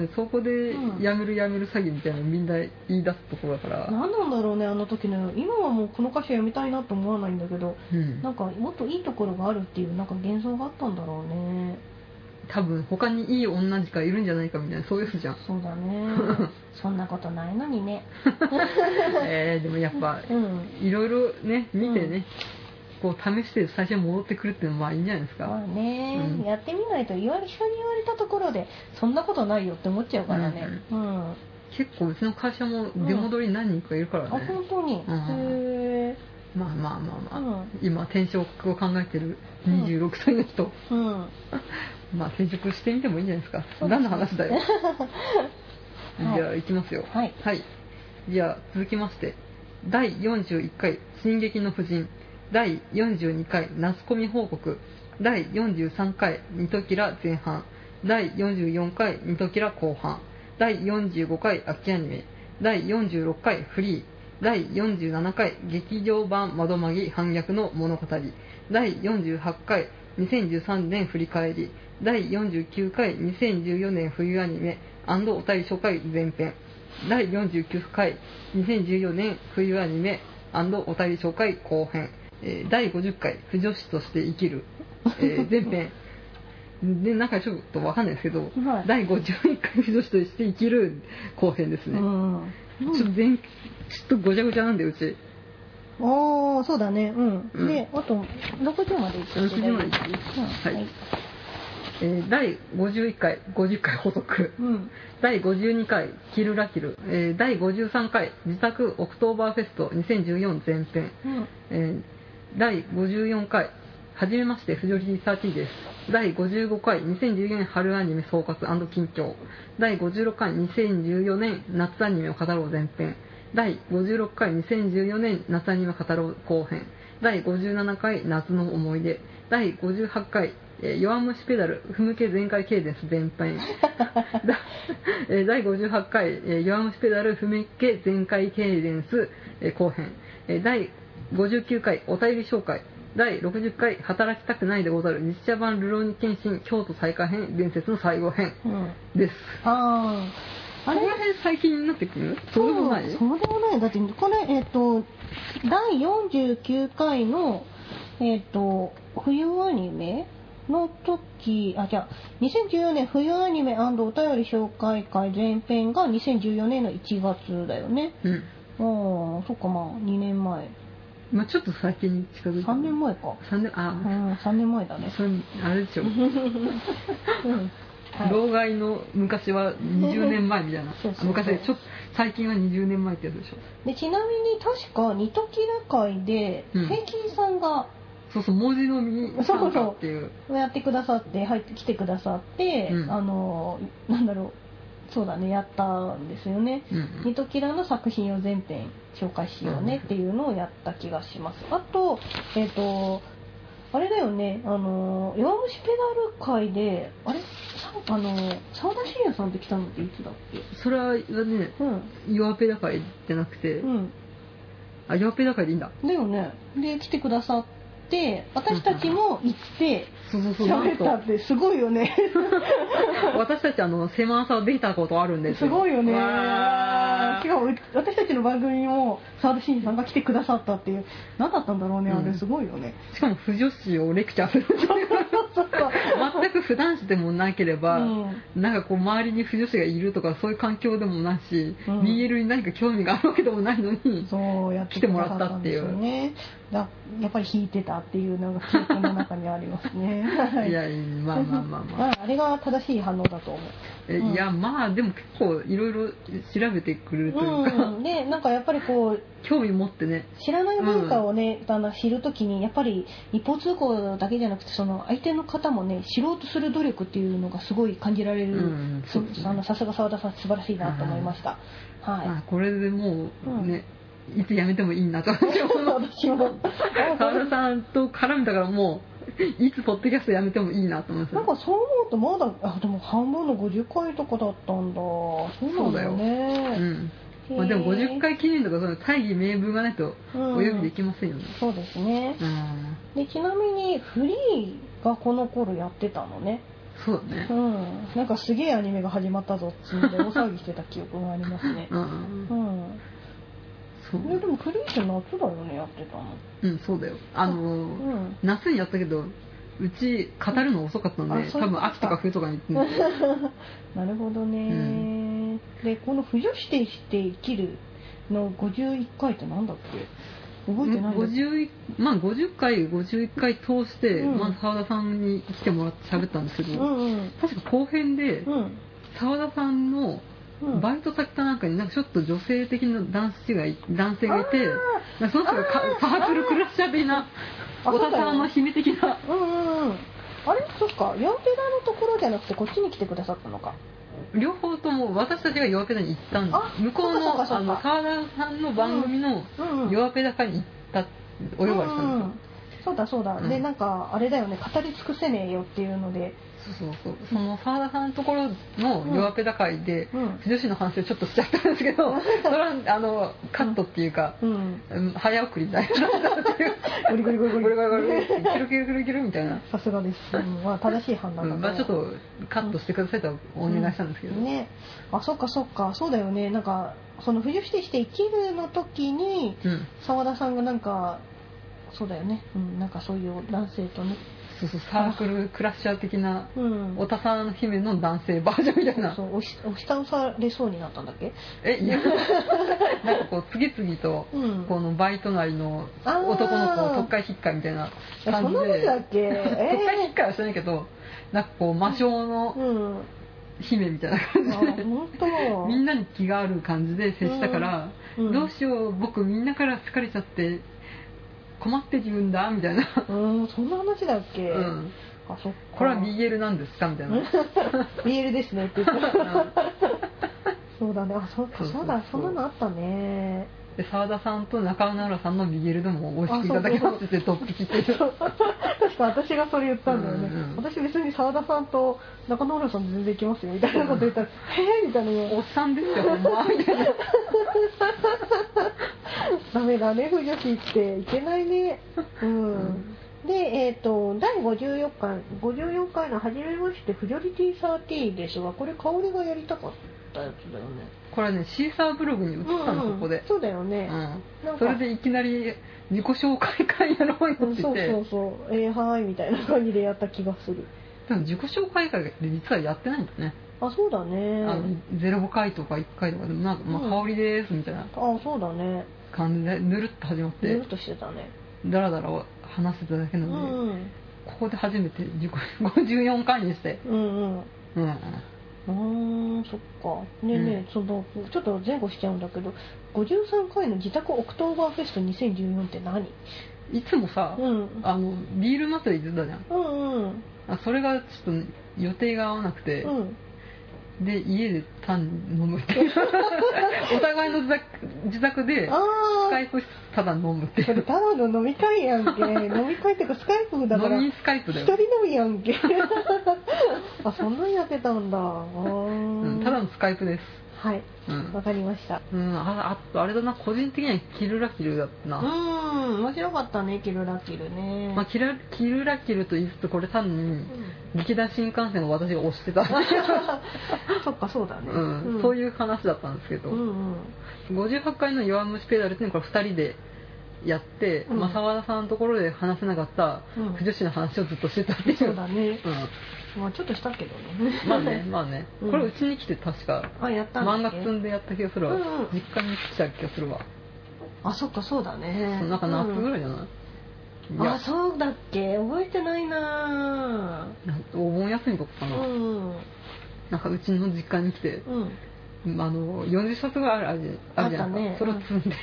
でそこで
うん
やめるやめる詐欺みたいなのみんな言い出すところだから、
何なんだろうねあの時の今はもうこの歌手やめたいなと思わないんだけど
うん
なんかもっといいところがあるっていうなんか幻想があったんだろうね
多分他にいい女しかいるんじゃないかみたいなそういうの じゃん
そうだね そんなことないのにね
えーでもやっぱ
うん
いろいろね見てね、こう試して最初に戻ってくるっていうのもまあいいんじゃないですか、
まあね、
うん
やってみないと言われ人に言われたところでそんなことないよって思っちゃうからねうん、あ
結構うちの会社も出戻り何人かいるからね、
本当に、
うん
へえ
まあまあまあまあ、
うん
今転職を考えてる26歳の人、
うん
まあ転職してみてもいいんじゃないですか
そうです
何の話 だよ
はい
じゃあ行きますよ
はい
じゃあ続きまして第41回「進撃の婦人」第42回「夏コミ報告」第43回「ニトキラ前半」第44回「ニトキラ後半」第45回「秋アニメ」第46回「フリー」第47回劇場版窓まぎ反逆の物語第48回2013年振り返り第49回2014年冬アニメお便り紹介前編第49回2014年冬アニメお便り紹介後編えー第50回「不女子として生きる」え ー前編でなんかちょっとわかんないですけど、
はい
第51回「不女子として生きる」後編です
う
ね、
ん、うん
ちょっと全ちょっとごちゃごちゃなんでうち
ああそうだねうん、
うん
であと60までいって
60までいっていい
うん
はいえー第51回50回補足
うん
第52回「キルラキル」えー第53回「自宅オクトーバーフェスト2014前編
うん」
えー第54回「はじめましてフジョリー30」です第55回2014年春アニメ総括近況第56回2014年夏アニメを語ろう前編第56回2014年夏アニメを語ろう後編第57回夏の思い出第58回えー弱虫ペダル踏むけ全開ケーデンス全編だ えー第58回えー弱虫ペダル踏むけ全開ケーデンスえー後編えー第59回お便り紹介第60回働きたくないでござる実写版ルローニケンシン京都再開編伝説の最後編
うん
です
あああ
あ
れ
れこの辺最近になってくるそうでもない
そうそうでもないだってこれえっ、と第49回のえっ、と冬アニメの時あじゃあ2014年冬アニメお便り紹介会前編が2014年の1月だよね
うん
ああそっかまあ2年前
まあちょっと最近に近づいて
3年前か
3年
う
あ
ん3年前だね
それあれでしょ
うんはい
老害の昔は20年前みたいな
そうそうそう
昔ちょっと最近は20年前ってやつでしょ
でちなみに確か二時キ会で
うん
平均さんが
そうそう文字のみ
そうそう
っていう
やってくださって入ってきてくださって、
うん
あのなんだろうそうだねやったんですよね
うん
ニトキラの作品を全編紹介しようねっていうのをやった気がします。あと、えっ、と、あれだよね、あの、弱虫ペダル会で、あれさあの、沢田信也さんって来たのっていつだっけ
それはね
うん。
弱ペだからじゃなくて、
うん。
あ弱ペだからでいいんだ
だよね。で、来てくださって、私たちも行って、
そうそうそうなん
喋っ
と
たって、すごいよね。
私たちあの狭さできたことあるんです
す
よ
ごいよね。
わ
し
ー
かも、う私たちの番組も沢田信也さんが来てくださったっていう、何だったんだろうね、あ
う
れ、
ん
すごいよね。
しかも不女子をレクチャーす る全く不男子でもなければ、
うん
なんかこう周りに不女子がいるとかそういう環境でもないし、
うん
BL に何か興味があるわけでもないのに
そうやってくださんですよね。だやっぱり弾いてたっていうのが記憶の中にあります ね。はい
いやまあまあまあまあ、
まああれが正しい反応だと思う。
えいやまあでも結構いろいろ調べてくれるというか、
うん、でなんかやっぱりこう
興味持ってね
知らない文化をね、だんだん知るときにやっぱり一方通行だけじゃなくてその相手の方もね知ろうとする努力っていうのがすごい感じられる、
うんそうですね
あのさすが澤田さん素晴らしいなと思いました、はい、
あこれでも
う
うんね、いつ辞めてもいいなと私は思う
私 も
沢田さんと絡めたからもういつポッドキャストやめてもいいなと思います
なんかそう思うとまだあでも半分の50回とかだったんだそうなんだ
う
ね
んまあ、でも50回記念とかその大義名分がないとお呼びできませんよね、
そうですね
うん、
でちなみにフリーがこの頃やってたのね
そうだね
うんなんかすげえアニメが始まったぞっつって大騒ぎしてた記憶がありますね
う
うんん
そう
ででもフリーって夏だよねやってたの
うんそうだよあのー
うん
夏にやったけどうち語るの遅かったんで、
あそう
多分秋とか冬とかに行ってんですよ
なるほどね、
うん
でこの「不女子でして生きる」の51回ってなんだっけ覚えてないんだっけ
51まあ50回51回通して、
うん
まあ澤田さんに来てもらって喋ったんですけど、
うんうん
確か後編で
うん
澤田さんの
うん
バイト先かなんかになんかちょっと女性的な男子がい男性がいてなんかその人がかサークルクラッシャー的な
あ
小田さんの姫的な
うんうんうんあれそっかヤンペラのところじゃなくてこっちに来てくださったのか
両方とも私たちが弱ペダに行ったん
あ
です向こう
そうか
の
そうか
あの澤田さんの番組の
うんうん
弱ペダ会に行ったお呼ばれした
うんうんん
で
そうだそうだ、
うん
でなんかあれだよね語り尽くせねえよっていうのです
よ、そうそうそうその澤田さんのところの弱ペダ会で
うん
女子の話をちょっとしちゃったんですけ どそれはあのカットっていうか、
うん
うん早送りになりましたっていう
ゴリゴリゴリゴ
ゴ
リ
リゴリゴリキルキルキルキルみたいな、
さすがです、うんまあ、正しい判
う
断だ
んまあ、ちょっとカットしてくださいとお願いしたんですけど、
ねあそっかそっかそうだよねなんかその冬してして生きるの時に
うん
澤田さんがなんかそうだよねうんなんかそういう男性とね
そうそうサークルクラッシャー的な
うん
おたさん姫の男性バージョンみたいな
そう押し押し倒されそうになったんだっけ
えいやなんかこう次々と
うん
このバイト内の
あー
男の子を特会引っかみたいな
えそ
感
ん
じ
なこと
で
だっけ
特会
え
引っかはしてないけどなんかこう魔性
ー、
の
うん
姫みたいな感じで
本当
みんなに気がある感じで接したから、
うん
どうしよう僕みんなから好かれちゃって困って自分だみたいな、
うんそんな話だっけ、
うん、
あそっか
これは BL なんですかみたいな、
BL ですねって言ってそうだねあそっか
そうそうそう
そうだそんなのあったね
で澤田さんと中村さんの BL でも美味しくいただけますって言ってドッキリっていう
そう確か私がそれ言ったんだよね、
うんうん
私別に澤田さんと中野浦さんと全然行きますよみたいなこと言っ たら「へえ」みたいな
おっさんですよほんまみたいな
ダメだね不女子って いけないねうん、でえっ、と第54回54回の「初めましてフジョリティ13」ですがこれ香りがやりたかったやつだよね
これはねシーサーブログに映ったの、
うんうん
ここで、
そうだよ
う
ね、
ん
なんか
それでいきなり自己紹介会やろうよ
う
っ
ん
て
そ
言っ
う
て
そうそうえー、はーいみたいな感じでやった気がする
でも自己紹介会で実はやってないんだね、
あそうだね
あの05回とか1回とかでもなんか、まあ
うん
香りですみたいな、
あそうだね
感じでぬるっと始まっ
ぬる
て
っとしてたね
ダラダラ話してただけな
う
ので、
ん
ここで初めて自己54回にして、
うん
うん、
うんうーんそっかねえねえ、
うん
そのちょっと前後しちゃうんだけど53回の自宅オクトーバーフェスト2014って何
いつもさ、
うん
あのビール祭り出たじゃん
うんうん
あそれがちょっと予定が合わなくて、
うん
で家で単に飲むって いうお互いの自宅自宅で
あ
スカ
あ
イプしただ飲むってい
それ
う
ただの飲み会 やんけ飲み会っていうかスカイプだから
飲み
一
スカイプだ
人
よ
飲、みやんけ あそんなんやってたんだあー
うん、ただのスカイプです
はい
うん
わかりました
うん、ああとあれだな個人的にはキルラキルだった
う
な、
ん面白かったねキルラキルね
まあ、キラキルラキルと言いつつこれ単に劇団新幹線を私が推してた、
そっかそうだね、
うんそういう話だったんですけど、
うんうん
58回の「弱虫ペダル」っていうのをこれ2人でやって、
うん
まあ、沢田さんのところで話せなかった
うん
不女子の話をずっとしてたっていう、
そうだね
うん
まあちょっとしたけどね
まあね、まあね、
うん
これうちに来て確か
あやったん
漫画
だっけ
積んでやった気がするわ、
うんうん
実家に来た気がするわ、
あそっかそうだね
なんか夏ぐらいじゃない、いや
あそうだっけ覚えてないな
なんかお盆休みとかか
ぁ
な、
うん
なんかうちの実家に来て、
うん
あの40冊があるあるじゃんあるじゃんか、
あったね
それを積んで、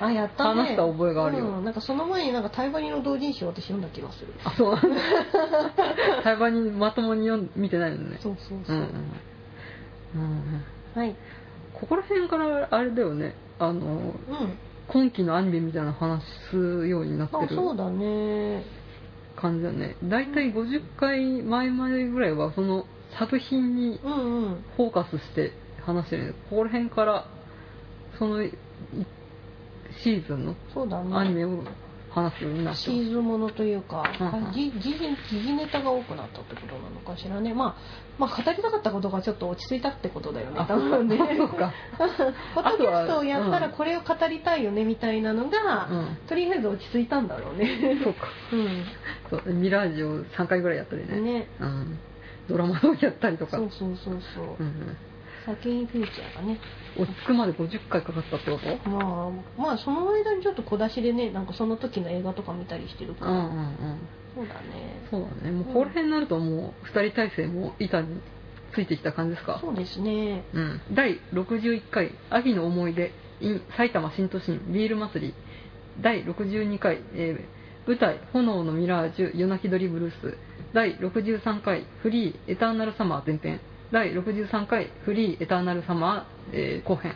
あやったね
話した覚えがあるよ
うん、なんかその前になんかタイバニの同人誌を私読んだ気がする
あそうなんだ 台湾にまともに読ん見てないのね
そうそう
う
そ
ん
う、
うんうん
はい
ここら辺からあれだよねあの
うん
今期のアニメみたいな話するようになって
あ
る
そうだね
感じだね大体50回前までぐらいはその作品に
うんうん
フォーカスして話してるねここら辺からそのいシーズン
そうだね
のアニメを話すようになって
シ
ま
ーズンものというか、
うんうん
じ時事時事ネタが多くなったってことなのかしらね、まあ、まあ語りたかったことがちょっと落ち着いたってことだよね
あ
多分ね
すそうか、
ポッドキャストをやった
あとはう
ら
ん
これを語りたいよねみたいなの
う
が、
ん、
とりあえず落ち着いたんだろうね
そうか
うん
そうミラージュを3回ぐらいやったりね
ね
うん、ドラマをやったりとか
そうそうそうそう、
うんうん
先にフューチャーがね
落ち着くまで50回かかったってこと
まあまあその間にちょっと小出しでねなんかその時の映画とか見たりしてるか
うん
ら、
うんうん
そうだね
そうだねもうここら辺になるともう2人体制も板についてきた感じですか
そうですね
うん、第61回秋の思い出 in 埼玉新都心ビール祭り第62回、えー舞台「炎のミラージュ夜泣き鳥ブルース」第63回フリーエターナルサマー前編第63回フリーエターナルサマー、えー後編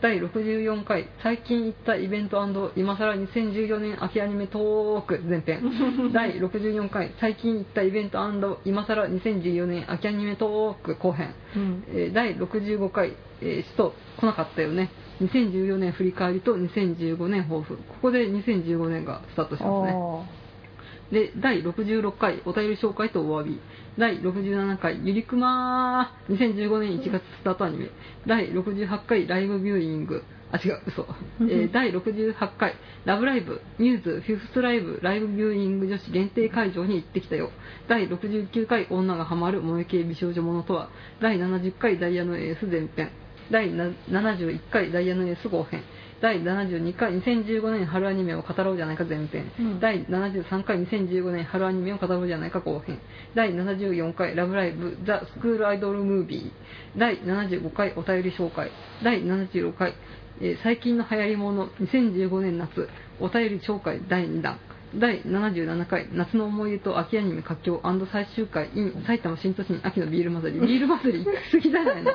第64回最近行ったイベント今更2014年秋アニメトーク前 編第64回最近行ったイベント今更2014年秋アニメトーク後編
うん
えー第65回、えー、首都来なかったよね2014年振り返りと2015年抱負ここで2015年がスタートしますね
あ
で第66回お便り紹介とお詫び第67回ゆりくまー2015年1月スタートアニメ第68回ライブビューイングあ違う嘘、えー第68回ラブライブミューズフィフスライブライブビューイング女子限定会場に行ってきたよ第69回女がハマる萌え系美少女ものとは第70回ダイヤのエース前編第な71回ダイヤのエース後編第72回2015年春アニメを語ろうじゃないか前編、
うん
第73回2015年春アニメを語ろうじゃないか後編第74回ラブライブザ・スクールアイドルムービー第75回お便り紹介第76回、えー最近の流行りもの2015年夏お便り紹介第2弾第77回夏の思い出と秋アニメ佳境最終回 in 埼玉新都心秋のビール 祭りビール祭り行き過ぎじゃないの、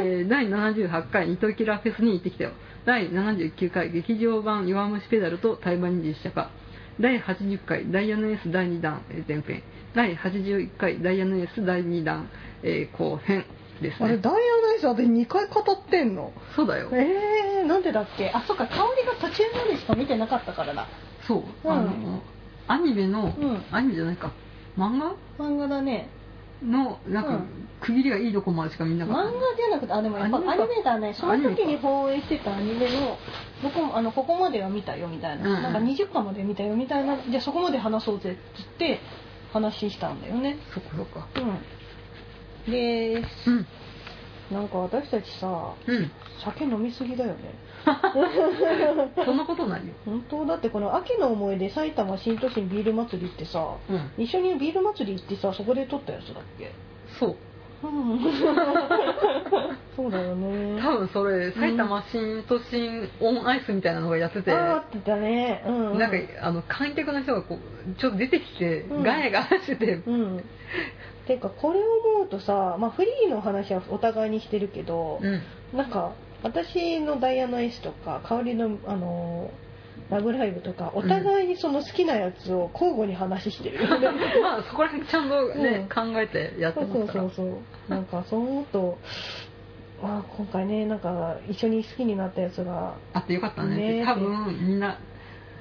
えー第78回糸キラフェスに行ってきたよ第79回劇場版「弱虫ペダル」と対バン実写化第80回ダイヤのエース第2弾えー前編第81回ダイヤのエース第2弾、えー後編です
あれ
ね
ダイヤのイス私2回語ってんの
そうだよ
えー、なんでだっけあそっか香りが途中までしか見てなかったからだ
そう、
うん
あのアニメの、
うん
アニメじゃないか漫画
漫画だね
のなんか、
うん
区切りがいいとこまでしか見な
漫
か
画
った
じゃなくてあでもやっぱ
アニメか
アニメだねそ
アニ
の
メか
時に放映してたアニメのどこもあのここまでは見たよみたいな、
うん
なんか20巻まで見たよみたいなじゃあそこまで話そうぜっつって話したんだよね
そっかそっか
うんで
うん
なんか私たちさ
うん
酒飲みすぎだよね
そんなことないよ
本当だってこの秋の思い出埼玉新都心ビール祭りってさ
うん
一緒にビール祭り行ってさそこで撮ったやつだっけ
そう
うんそうだよね
多分それ埼玉新都心オンアイスみたいなのがやってて、
ああってたねうん、うん、
なんかあの観客の人がこうちょっと出てきて、
うん
ガヤガヤしてて
うんていうかこれを思うとさ、まあ、フリーの話はお互いにしてるけど、
うん
なんか私のダイアナイスとか香りのあのーラブライブとかお互いにその好きなやつを交互に話してるよね、
まあそこら辺ちゃんとね、考えてやって
そう
ますか
そうそ
ら
うそうなんかそう思うとあー今回ねなんか一緒に好きになったやつが
あってよかったね
ねえ
多分みんな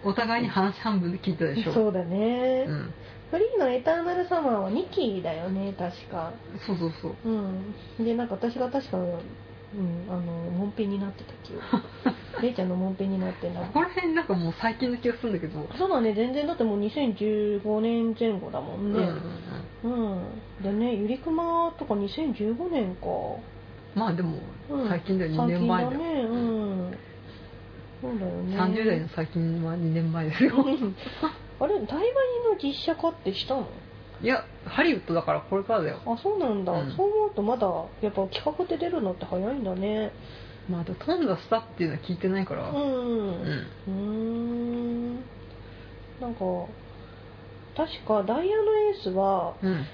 お互いに話半分で聞いたでしょ
そうだね、
うん、
フリーのエターナルサマーは2期だよね確か
そうそうそう
うんでなんか私が確かうんあのモンペになってた記 憶レイちゃんのモンペになってな
ここら辺なんかもう最近の気がするんだけど、
そうだね全然だってもう2015年前後だも
うんんう
ね
ん
うん、でねゆりくまとか2015年か、
まあでも
うん、
最近だよ2年前だ
最
よ、
近だねうんそうだよね
30代の最近は2年前ですよ
あれ台場にの実写化ってしたの
いやハリウッドだからこれからだよ
あそうなんだ、
うん
そう思うとまだやっぱ企画で出るのって早いんだね
まあでも飛んだしたっていうのは聞いてないから
う
うんん
うーんなんか確かダイヤのエースは
うん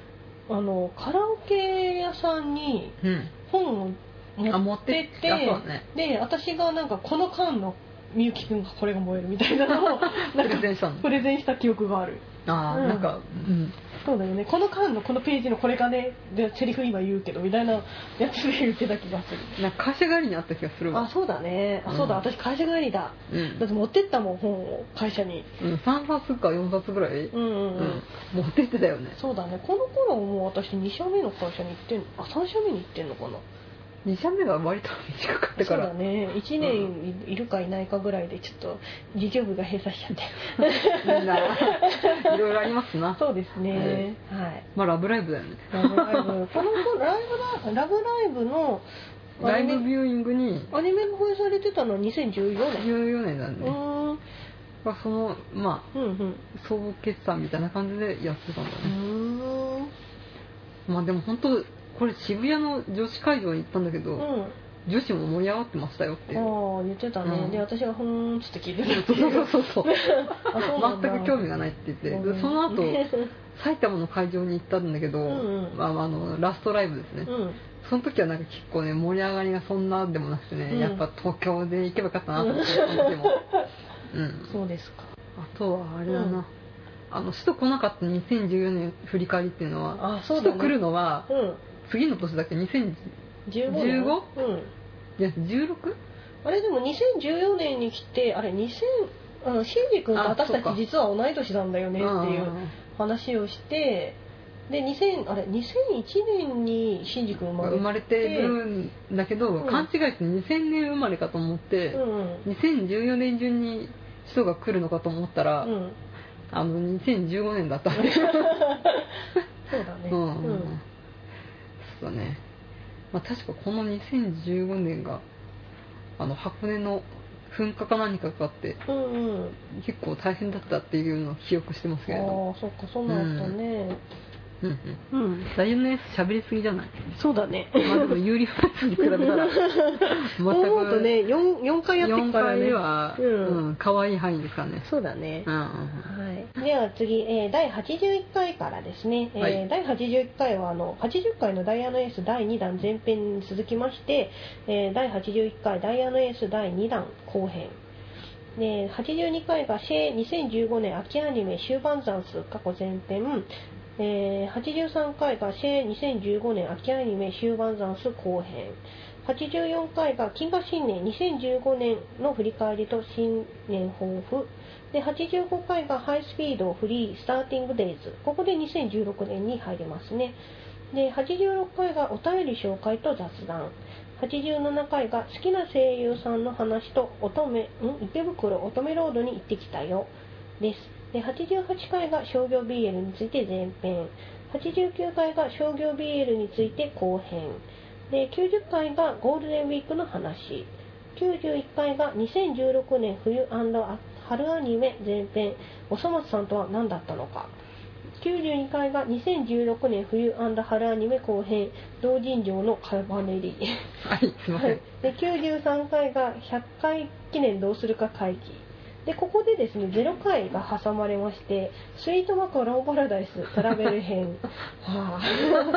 あのカラオケ屋さんに
うん
本を持
あ
っ
持ってってあそうだね
で私がなんかこの間のみゆきくんがこれが燃えるみたいなのをなん
プレ
か
ゼンしたの
プレゼンした記憶がある
ああ、
うん
なんかうん
そうだよねこの間のこのページのこれがねでセリフ今言うけどみたいなやつで言ってた気がする
なんか会社帰りにあった気がする
あ
わ
そうだねあそうだ、
うん
私会社帰りだ
うん
だって持ってったもん本を会社に
うん、3冊か4冊ぐらい、
うんうん、
う
うん
ん、持ってってたよね
そうだねこの頃もう私2社目の会社に行ってんあ3社目に行ってんのかな
2社目が割と短かった
そ
か
う
ら
だね1年いいるかいないかぐらいでちょっと事業部が閉鎖し ちゃって
みん ないろいろありますな
そうですね、はい
まあラブライブだよね
ラブ ライブこの頃ライブララブライブのア
ラ
ニ
イブ
メ
ビューイングに
アニメが放映されてたのは2014年
14年なん
う
で、ね
ーん
まあ、そのま
うんうん
あ総合決算みたいな感じでやってたんだ
う
ね、
ーん
まあでも本当これ渋谷の女子会場に行ったんだけど、
うん
女子も盛り上がってましたよっていう
ああ言ってたね、
うん
で私が「ふーん」っつって聞いてたっ
そ
て
う
い
そうう そうそう
あそうなんだ
全く興味がないって言って、でその後埼玉の会場に行ったんだけど、
んうん
まあ、あのラストライブですね、
うん
その時はなんか結構ね盛り上がりがそんなでもなくてね、
うん
やっぱ東京で行けばよかったなと思って 思っても、うん、
そうですか
あとはあれだな、
うん
あの首都来なかった2014年振り返りっていうのは
あそう
首
だ
都
ね
来るのは
うん
次の年だっけ2016
15
15?
年うんあれでも2014年に来てあれ2000あのシンジ君と私
あ
た
そう
ち
か
実は同い年なんだよねっていうん話をしてで2000あれ2001年にシンジ君生まれ
生まれてるんだけど、
うん
勘違いして2000年生まれかと思って、
うんうん
2014年中に首都が来るのかと思ったら、
うん
あの2015年だったんで
そうだね
う、
うんん
そうだね、まあ、確かこの2015年があの箱根の噴火か何かがあって
うんうん
結構大変だったっていうのを記憶してますけれども、
ああそっかそうなんだったね
うんうん、
うん
ダイヤのやつ喋りすぎじゃない
そうだね
まあでも有料やつに比べた ら全
そう思うとね 4, 四回やって
4
るから
回
ね
では、
う
うんん可愛い範囲ですからね、
そうだね
うんうんうん、
はい、では次、えー第81回からですね、えー
はい
第81回はあの80回の「ダイヤのエース」第2弾前編に続きまして、えー第81回「ダイヤのエース」第2弾後編で82回が「シェー2015年秋アニメ終盤ザンス」過去前編、えー83回が「シェー2015年秋アニメ終盤ザンス」後編84回が「金河新年2015年の振り返りと新年抱負」で85回がハイスピードフリースターティングデイズここで2016年に入りますねで86回がお便り紹介と雑談87回が好きな声優さんの話と乙女ん池袋乙女ロードに行ってきたよですで88回が商業 BL について前編89回が商業 BL について後編で90回がゴールデンウィークの話91回が2016年冬春アニメ前編「おそ松さんとは何だったのか」92回が2016年冬春アニメ後編「同人情のカバネリ」
はい、すいません。
はい、で93回が100回記念どうするか会議でここでですね0回が挟まれまして「スイートマカローパラダイストラベ ル編」はあ、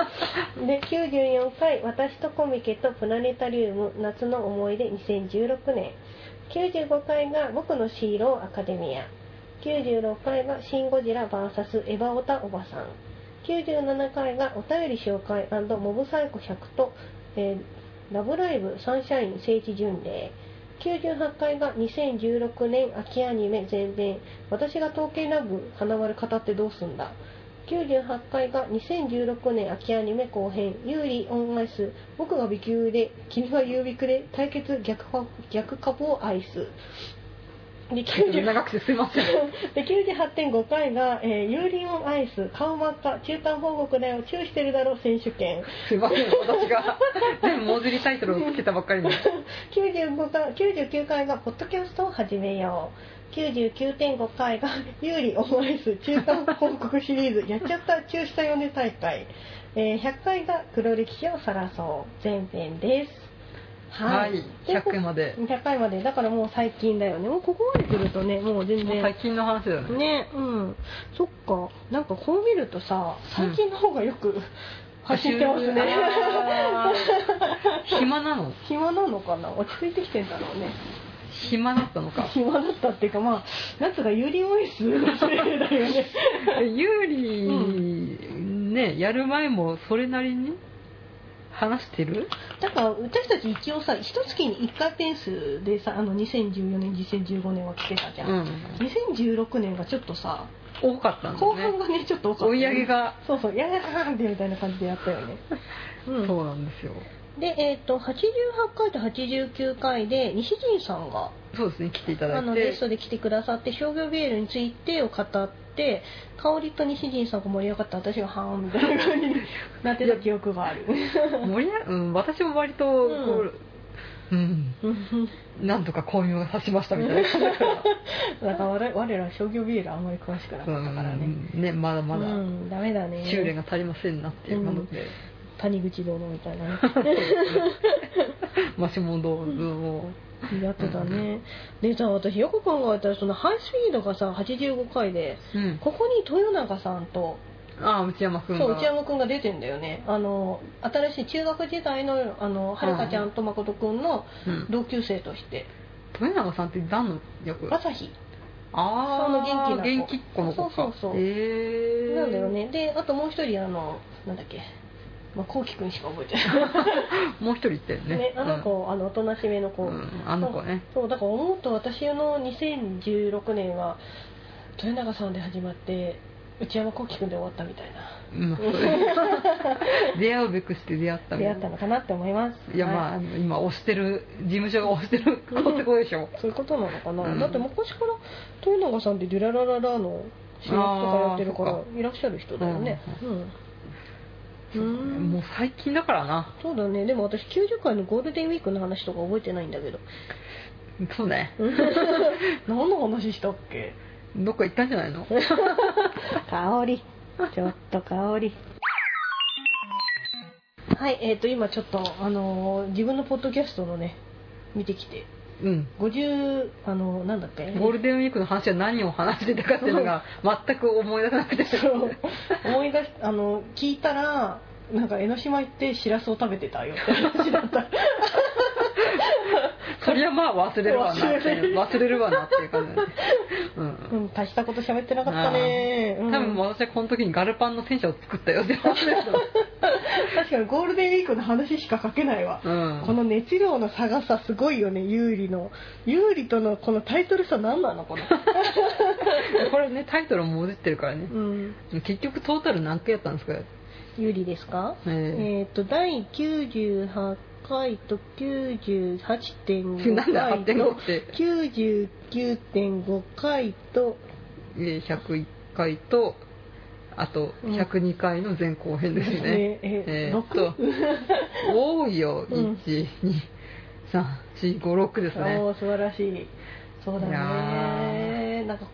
で94回「私とコミケとプラネタリウム夏の思い出2016年」95回が「僕のヒーローアカデミア」96回が「シン・ゴジラ VS エヴァオタおばさん」97回が「お便り紹介モブサイコ100と」えーラブライブサンシャイン聖地巡礼」98回が2016年秋アニメ前編「私が統計ラブ花丸語ってどうすんだ」98回が2016年秋アニメ後編「有利オンアイス僕が美球で君は優美くで対決逆か逆カポアイス」で98
長くてすいません。
で98.5回が、えーユーリオンアイス顔真っ赤中間報告だよチューしてるだろ選手権
すいません、私が全部文字りタイトルをつけたばっかりに。
95回99回がポッドキャストを始めよう99.5回が 有利オンアイス中間報告シリーズやっちゃった中止したよね大会、えー100回が黒歴史をさらそう前編です
はい、100回まで。も
100回までだからもう最近だよねもうここまで来るとねもう全
う
然
最近の話だよね。
ねうんそっかなんかこう見るとさ最近の方がよく、走ってますね
あー暇なの
暇なのかな落ち着いてきてんだろうね
暇だったのか。
暇だったっていうかまあ夏がユリオイス のせいだよね
ユーリね、やる前もそれなりに話してる
だから私たち一応さ一月に1回ペースでさあの2014年2015年は来てたじ
う
ゃん、
ん。
2016年がちょっとさ
多かったん
後
だ
半
ね。
がねちょっと多かった
追
ね、
い上げが。
そうそうやーんでみたいな感じでやったよ ね、うん、
そうなんですよ。
で、えー、と88回と89回で西陣さんが
そうですね、来ていただ
あ
い
の
て
ゲス。トで来てくださって商業ビールについてを語って香りと西陣さんが盛り上がって私がはーんみたいな感じになってた記憶がある。
盛り上がうん、私も割とこう、うん、なんとか紅葉がさしましたみたいな。
だから我我ら商業ビールあんまり詳しくな
う
かったからね。
ん、ね、まだまだ、
うん、ダメだね。
修練が足りませんなっていうので、
谷口殿みたいな ね。
マシモンドを、
やってたね。でさ、私よく考えたら、そのハイスピードがさ、85回で、
うん、
ここに豊永さんと
ああ、内山くん
そう
が
内。山くんが出てんだよねあの新しい中学時代のあのはるかちゃんと誠くんの
うん
同級生として、
富永さんって何の役
朝日
ああ、
その元気な子
元気っ子の子か。
そうそうそう
えー、
なんだよ。ねであともう一人あのなんだっけまあ、こうきくんしか覚えてない
もう一人言ったよ ね。
ねあの子、あのおとなしめの
う
子、
ん、うんあの子ね。
そうだから思うと私の2016年は豊永さんで始まって内山こうきくんで終わったみたいな
うん、 そう出会うべくして出会ったみ
出
たいな
会ったのかなって思います
いや
は
まあ、今押してる事務所が押してる顔ってことでしょ
そういうことなのかな、
うん
だって昔から豊永さんって「デュララララ」の CM とかやってるか
あ
ら
ーそ
いらっしゃる人だよねうん、うん
もう最近だからな
そうだねでも私90回のゴールデンウィークの話とか覚えてないんだけど
そうね
何の話したっけ
どっか行ったんじゃないの
香りちょっと香りはいえー、と今ちょっと、あのー自分のポッドキャストのね見てきて
うん
50あのーなんだっけ
ゴールデンウィークの話は何を話してたかっていうのが全く思い出せなくて
そう思い出しあの聞いたらなんか江ノ島行ってしらすを食べてたよって話だった
そりゃまあ忘れるわなっていう忘れるわなっていう感じだ ねうん
うん大したこと喋ってなかったね、うん
多分私はこの時にガルパンの戦車を作ったよって話だけど
確かにゴールデンウィークの話しか書けないわ、
うん
この熱量の差がさすごいよね有利の有利とのこのタイトル差何な のこの、
これねタイトルももじってるからね
うん、
結局トータル何回やったんですか
有利ですか
えー
えっ、と第98回と98.5
なんだ
回と
8.5って
99.5回と
えー101回とあと102回の前後編ですね、
え
え
え
ーっと 多いよ
うん
12345です
お
ね
ー素晴らしいそうだ
いや
ねなんか、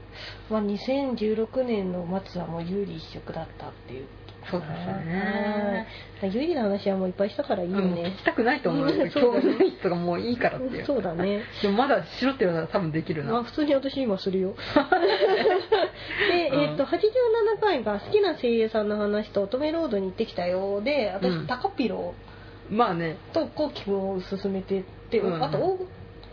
まあ、2016年の末はもう有利一色だったっていう
そうですね
はい有利の話はもういっぱいしたからいいよ
うんもう聞
ね
きたくないと思う
うん
よ
そ
興
うだね
味ない人がもういいからっていう
そうだね
でもまだしろっていうのは多分できる
まあ
な
普通に私今す るよで、
うん
えっと87回が好きな声優さんの話と乙女ロードに行ってきたようで私、
うん
タカピロ
まあね
とコウキ君を勧めてって、
うん
あと大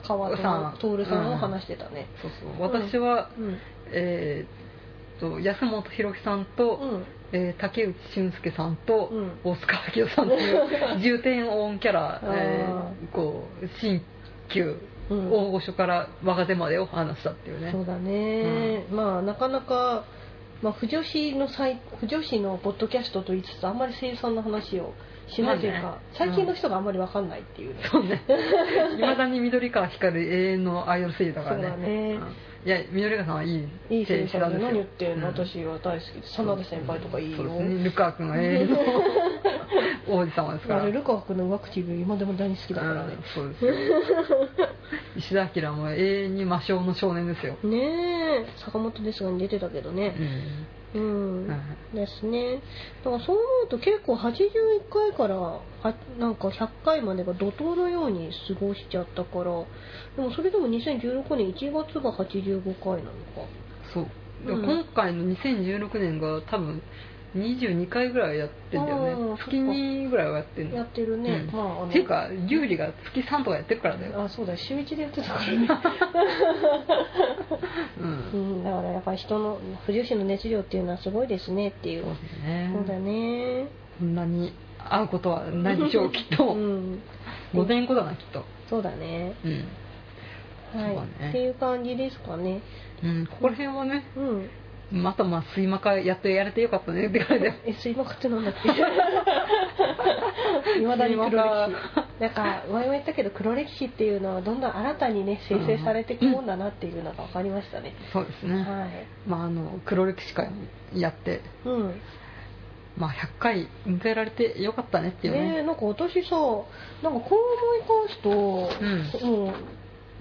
川
さん
と徹さんを話してたね
そうそう私は、
うん
えーっと安本博樹さんと、
うん
えー竹内俊介さんと、
うん
大塚明夫さんと いう重点音キャラ、
あー
えーこう新旧、
うん
大御所から我が手までを話したっていうね
そうだね、まあなかなか、まあ、不女子のサイ不女子のポッドキャストと言いつつあんまり生産の話をしないというか、
まあね
最近の人があんまりわかんないっていうね、
そうね いまだに緑川光る永遠のアイドル声優だからね
そうだね
うんいや緑川さんはいい
いい生
声
産で
優さ
何
ん
言っ
ですよ
てんの、私は大好きです真田先輩とかいいよ、
そうですねルカー君が永 遠の王子様ですか
あ
ら
れルカワ君のワクチブ今でも大好きだからね
うん、そう ですよ石田明も永遠に魔性の少年ですよ、
ねえ坂本ですがに出てたけど
う
ね
ん
うん、
はい
ですねだからそう思うと結構81回からはなんか100回までが怒涛のように過ごしちゃったからでもそれでも2016年1月が85回なのか
そうでも
うん
今回の2016年が多分22回ぐらいやってんだよ
あ
ね
ー
月2ぐらいはやってん
や
の
ってるね、
うん
まああの
っていうか優里が月3とかやってるからだよ、
あそうだ週1でやってたからね、
う、
うんん、だからやっぱり人の不女子の熱量っていうのはすごいですねっていう
そうですね
そうだね
こんなに会うことはないでしょうきっと、
うん
5年後だなきっと
そうだね
うん、
はい
そうだね
っていう感じですかね
うん、ここら辺はね
うん
またまあ睡魔かやっとやれてよかったねって感じで
え水爆ってなんだっけいまだに黒歴史なんか前も言ったけど黒歴史っていうのはどんどん新たにね生成されていくもんだなっていうのが分かりましたね、
そうですね、
はい
まああの黒歴史会もやって
うん
まあ100回迎えられてよかったねっていう
ね
ね
えなんか私さなんかこう思い返すと、もう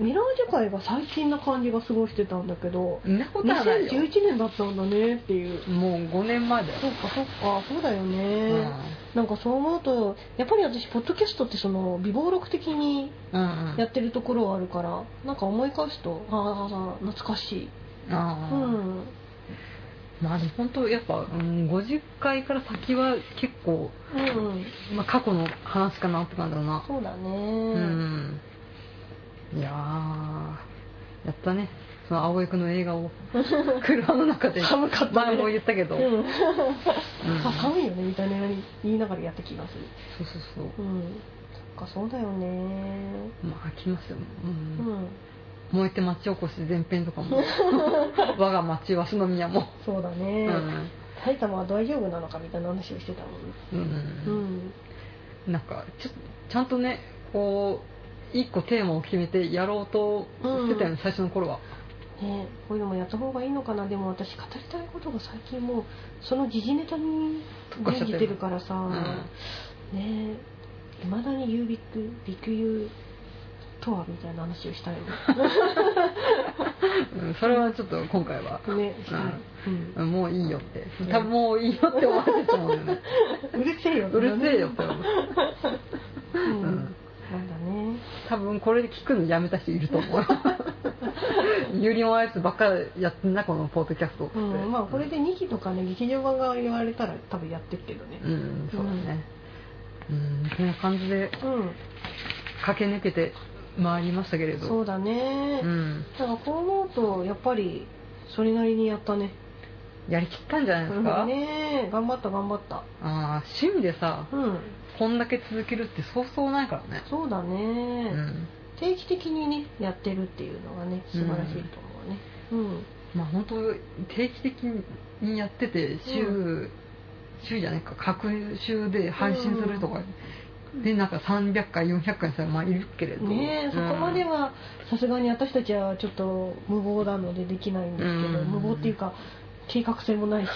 ミラージュ会が最近な感じが過ごしてたんだけど
そんなことはないよ
2011年だったんだねっていう
もう5年前だよ
そっかそっかそうだよね、
う
なんかそう思うとやっぱり私ポッドキャストってその微暴録的に
んうん
やってるところはあるからなんか思い返すとああ懐かしい、
あ
う
あ、
ん、
まあでも本当やっぱ、うん、50回から先は結構、
うん、
まあ、過去の話かなって感じだな
そうだね、
うん、いやーやったねその青井君の映画 を車の中で
寒かったね
前も言ったけど、
うん
うん
あ寒いよねみたいな言いながらやった気がする
そうそうそう
うんそっかそうだよね
まあ来ますよ、う
うんん
燃えて町おこし前編とか も我が町鷲宮も、
そうだ
う
ね、
ん
埼玉は大丈夫なのかみたいな話をしてたもんね
うん
うん
なんかちょちゃんとねこう一個テーマを決めてやろうとしてたよね、最初の頃は
ねこういうのもやった方がいいのかなでも私語りたいことが最近もうその時事ネタに
特化しちゃって
現じ
る
てるからさ、ねえいまだにユービックビクユーとはみたいな話をしたい
うん、それはちょっと今回は
のねしたい、うん
うんもういいよって
うん
多分もういいよって思われてたもんよ ね
うるせえよ
うるせえよって思う
う
ん
ん、なんだね
多分これで聞くのやめた人いると 思うゆりもあやつばっかりやってんなこのポッドキャストって、
うんまあこれで2期とかね劇場版が言われたら多分やってるけどね
うんそうだねうんこんな感じで
うん、
駆け抜けて回りましたけれど
そうだね、
うん、
だからこう思うとやっぱりそれなりにやったね
やりきったんじゃないですか、
ねえ頑張った頑張った
ああ趣味でさ
うん
こんだけ続けるってそうそうないからね、
そうだね、
うん、
定期的にねやってるっていうのがね素晴らしいと思うねうん
まあ本当定期的にやってて週、週じゃないか各週で配信するとか、でなんか300回400回さまあいるけれど
ねえそこまで
は
はさすがに私たちはちょっと無謀なのでできないんですけど、
うん
無謀っていうか計画性もない し、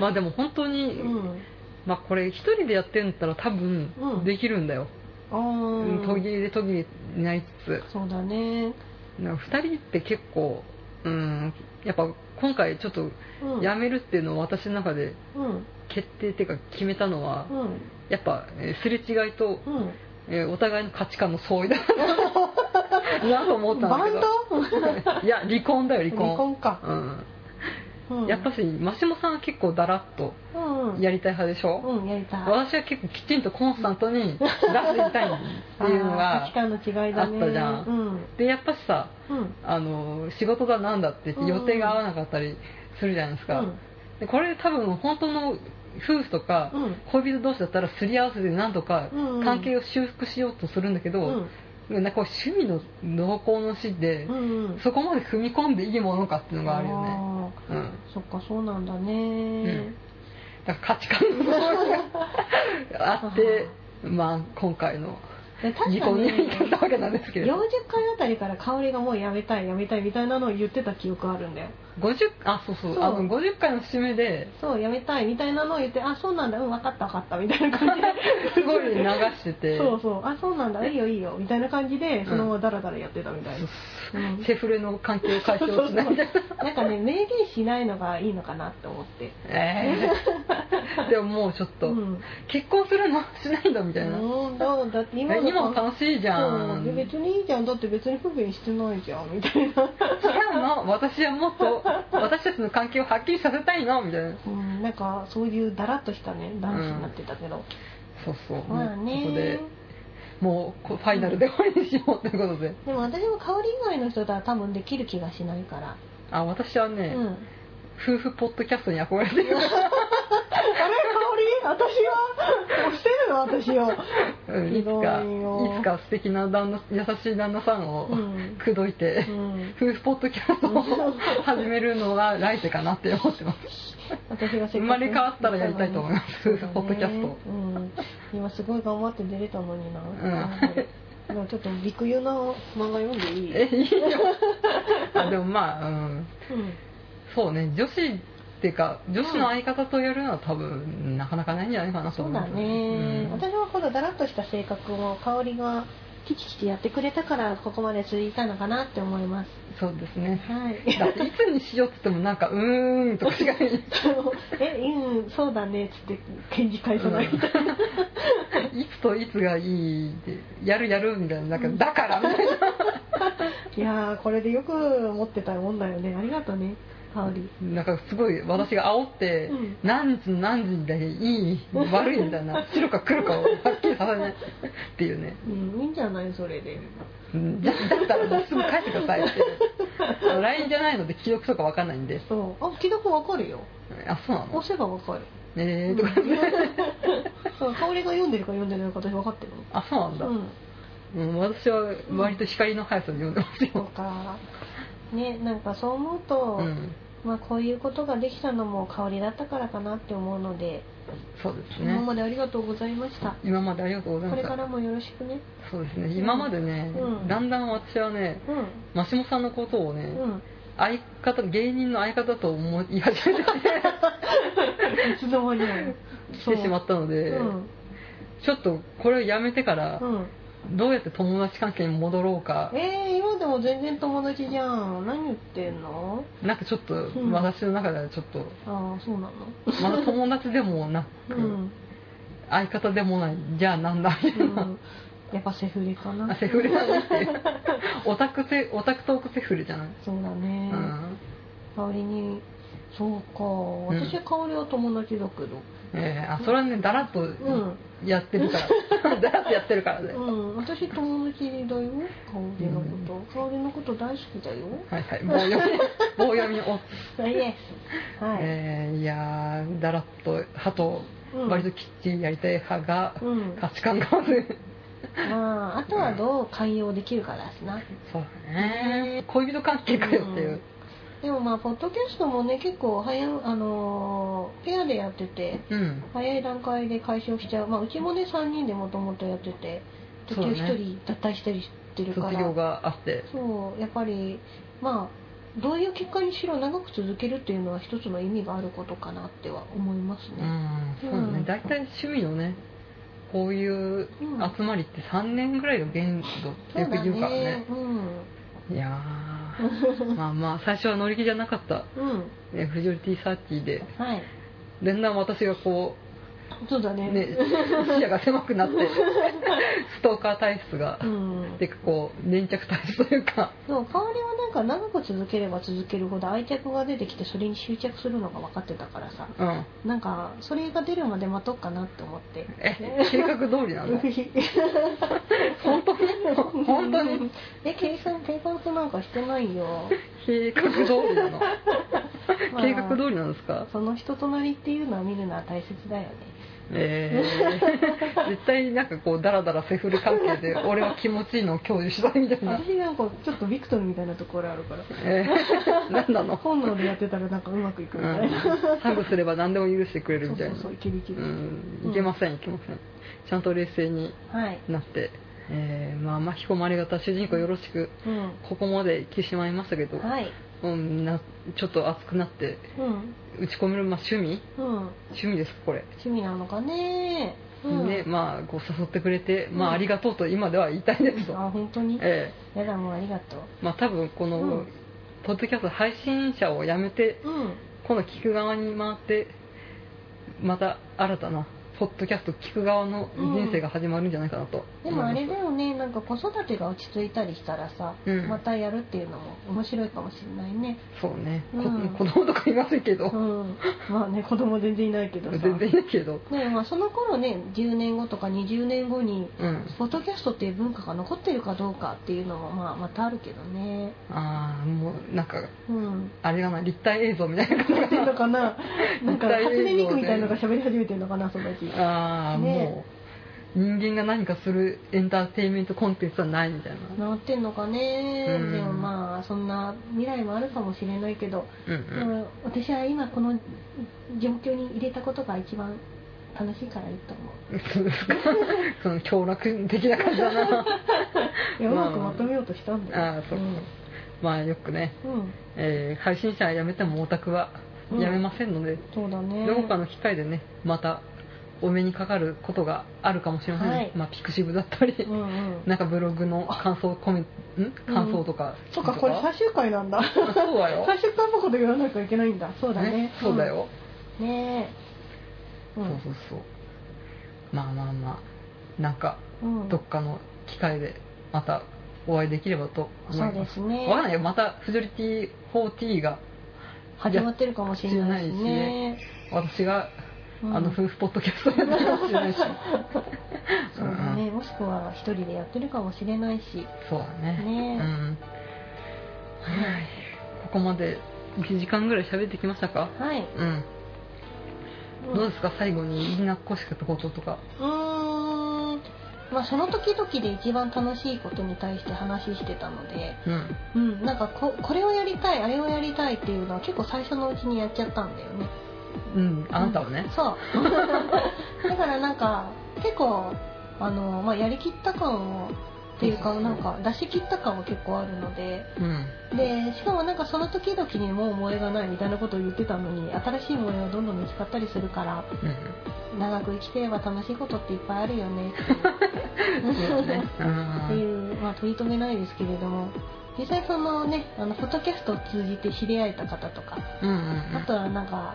まあでも本当に、
うん、
まあこれ一人でやってんだったら多分
うん
できるんだよ、
あ
うん、
ー
途切れ途切れないつつ
そうだね、
なんか二人って結構うんやっぱ今回ちょっと
うん、
やめるっていうのを私の中で
うん
決定っていうか決めたのは、
うん
やっぱえーすれ違いと、
うん
えーお互いの価値観の相 違だなと思ったんだ
バ
け
ン
ど
ド
いや離婚だよ離婚
離婚か、う
うん
ん、
やっぱしマシモさんは結構だらっと
うんうん
やりたい派でしょ、
うんやりたい
私は結構きちんとコンスタントに出していたいっていうの
あー
が
価値観の違いだね
あったじゃん
うん
でやっぱしさ
うん
あの仕事がなんだって言って
うん
予定が合わなかったりするじゃないです
う
か、
ん
でこれ多分本当の夫婦とか
うん
恋人同士だったらすり合わせでなんとか
うん
関係を修復しようとするんだけど、なんかこう趣味の濃厚の死で、
うんうん
そこまで踏み込んでいいものかっていうのがあるよね、う
あ
ん、
ーそっかそうなんだね、
んだから価値観の相違があって まあ今回の
で確
離
か
婚
に
に至ったわけなんですけれど
40回あたりから香りがもうやめたいやめたいみたいなのを言ってた記憶あるんだよ
50あそうそう
そう
あの50回の節目で
そうやめたいみたいなのを言ってあそうなんだうん分かった分かったみたいな感じ
すごい流してて
で そうそうあそうなんだいいよいいよみたいな感じでそのままダラダラやってたみたいな、うん
セフレの関係を解消しないみたい な
なんかね明言しないのがいいのかなって思って
えーでももうちょっと、
うん
結婚するのしないんだみたいな、
うんだだって今の
今も楽しいじゃん
そう別にいいじゃんだって別に不便してないじゃんみたいな、
違うの私はもっと私たちの関係をはっきりさせたいのみたいな
うん、なんかそういうダラっとしたね男子になってたけど、
そうそう、
まあね
ここでもうこファイナルで終わりにしようということで
でも私も香り以外の人とは多分できる気がしないから、
あ私はね、
うん、あれ
夫婦ポッドキャストに憧れて る、
香り私は押してるの私を
うんいつか
ひどいよ
いつか素敵な旦那優しい旦那さんを
うん
口説いて、
うん
夫婦ポッドキャストを始めるのが来世かなって思ってます
私が
生まれ変わったらやりたいと思います
そうだね
ポッドキャスト
うん、今すごい頑張って出れたのにな、
ん
でもちょっとビクユな漫画読んでいい
えいいよ あでもまあ、うん、そうね女子っていうか女子の相方とやるのは多分なかなかないんじゃないかなと
そう
思
だ
ます
ね、
うん
私はこのだらっとした性格も香りがキチキチやってくれたからここまで続いたのかなって思います
そうですね
はい
だっていつにしようって言ってもなんか「うーん」とかしか言い
えうんそうだねっつって返事返さ ない、
いつといつがいいってやるやるみたいななんかだからみたいない
やーこれでよく持ってたもんだよねありがとね香り
なんかすごい私が煽って
うん
何時の何時にだけいい悪いみたい な白か黒かをはっきりさせないっていうね
うんいいんじゃないそれで
うんじゃだったらもうすぐ帰ってくださいっていう LINE じゃないので既読とかわかんないんで
そうあ既読わかるよ
あそうな
押
の
せばわかる
えーとか ね
そう香りが読ん でるか読んでないか私分かってるの
あそうなんだ、
うん
うん、私は割と光の速さで読んでます
そう
よ、
かねなんかそう思うと、
うん、
まあこういうことができたのも香りだったからかなって思うので、
そうですね
今までありがとうございました。
今までありがとうござい
こ
まし
れ
た
からもよろしくね。
そうですね今までね、
うん
だんだん私はね
う
マシモさんのことをね、
ん。うん。
相方芸人の相方と思い始めて
いつの間にやる。
きてしまったので、
うん。
ちょっとこれをやめてから
うん。
どうやって友達関係に戻ろうか、
えー、今でも全然友達じゃん。何言ってんの
なんかちょっと
ん
私の中ではちょっと
ああ、そうなの。
まだ友達でもな
う
く、
ん。
相方でもないじゃあなんだみた
う。
いなん
やっぱセフレかな。
セフレだなっていうオタクセオタクトークセフレじゃない、
そうだ
う
ね。
ん
香りに、そうか。私は香りは友達だけど。
えーあそれはねだらっと
ん
やってるから、だらっとやってるからね、
うん、私友達だよ、香りのこと。香りのこと大好きだよ。
はいはい棒読み棒読みを
はい、です。はい。
えーいやーだらっと歯と
うん
割ときっちりやりたい派が
うん。
価値観が合わず
まあ、あとはどう寛容できるかだしな。
そうだね恋人関係かよっていう、
でもまあ、ポッドキャストもね、結構早い、あのーペアでやってて、
うん、
早い段階で解消しちゃう。まあ、うちもね、3人でもともとやってて、途
そう
中
だね
1人脱退したりしてるから。
卒業があって
そうやっぱりまあどういう結果にしろ長く続けるっていうのは一つの意味があることかなっては思います
う
ね。
んそうだ
う
ね
ん
大体趣味のねこういう
うん
集まりって3年ぐらいの限度ってよく言うからね
うん。
いやーまあまあ最初は乗り気じゃなかった、
うん。
ね、フジョリティサーティで
はい。
だんだん私がこ
そうだ
う、
ね。
ね、視野が狭くなってストーカー体質が
うん。
でこう粘着体質というか
でも香りはなんか長く続ければ続けるほど愛着が出てきてそれに執着するのが分かってたからさ
うん
なんかそれが出るまで待とうかなって思って
え計画通りな の本当に本当に
え計算計画なんかしてないよ
計画通りなの
まあ
計画通りなんですか
その人となりっていうのは見るのは大切だよね
え ー、絶対になんかこうダラダラセフレ関係で俺は気持ちいいのを共有したいみたいな、
私なんかちょっとビクトルみたいなところあるから
え ー、何なの、
本能でやってたらなんかうまくいく
う
みたい
ん
な、、
ハグすれば何でも許してくれる
そ
み
う
た
そ
いな
うそういけるいける、
うんいけませんいけませんちゃんと冷静に
はい、
なって、えー、まあ巻き込まれ方主人公よろしく
うん、
ここまで来てしまいましたけど、
はい
うん、なちょっと熱くなって
うん
打ち込める、まあ、趣味
うん
趣味ですこれ、
趣味なのかねうん
ねまあこう誘ってくれて、ま
う
あ、
ん
ありがとうと今では言いたいですと、
あ本当に
え
やだもうありがとう
えまあ多分この、
うん
ポッドキャスト配信者を辞めて
うん
今度聞く側に回ってまた新たなポッドキャスト聞く側の人生が始まるんじゃないかなと
でもあれ
で
だよねなんか子育てが落ち着いたりしたらさ、
うん
またやるっていうのも面白いかもしれないね
そうね、こ
うん
子供とかいませんけど、
うんまあね子供全然いないけどさ
全然いいけど
ねまあその頃ね10年後とか20年後に
うん
ポッドキャストっていう文化が残ってるかどうかっていうのもまあまたあるけどね
ああもうなんか
うん
あれがな立体映像みたいな
やってんのかななん
絶
か
対映像
初
で
音ミクみたいなのが喋り始めてんのかなそのうち
ああ、
ね
もう人間が何かするエンターテインメントコンテンツはないみたいな
なってんのかね
うん
でもまあそんな未来もあるかもしれないけど
うん
でも私は今この状況に入れたことが一番楽しいからいいと思
うん そうですかその凶楽的な感じだな
ういやう
まあ
まくまとめようとしたんだよ、
ああそうまあよくね、
うん、うん
えー配信者は辞めてもオタクは辞めませんので、
そうだね
どこかの機会でねまたお目にかかることがあるかもしれません、
はい
まあピクシブだったり、
うんうん
なんかブログの感想コメントん感想とか、
そうかこれ最終回なんだ
あそうだよ
最終回のこと言わなきゃいけないんだそうだね
そうだ、よ、
うんねえう
そうそうそうまあまあまあなんか
んうん
どっかの機会でまたお会いできればと思い
そ
ま
う
す
ですね
わかんないよまたフジョリティ40が
始まってるかもしれないしね
私が、
うん
あの夫婦ポッドキャストやってるかもしれないし
そうだねもしくは一人でやってるかもしれないし
そうだね
ね
うんはいここまで1時間ぐらい喋ってきましたか
はい、
うん、
うん
どうですか最後にみんなこしかったこととか
うーんまあその時々で一番楽しいことに対して話してたので、
うん
うん、なんかここれをやりたいあれをやりたいっていうのは結構最初のうちにやっちゃったんだよね
うんあなたはね、
そう だからなんか結構あの、まあ、やりきった感をっていうかなんか出し切った感は結構あるので
うん
でしかもなんかその時々にもう萌えがないみたいなことを言ってたのに新しい萌えはどんどん見つかったりするから
うん
長く生きてれば楽しいことっていっぱいあるよねっていう
そうだね
っていう、まあ、取り留めないですけれども実際そのねあのフォトキャストを通じて知り合えた方とか
うんうんうん
あとはなんか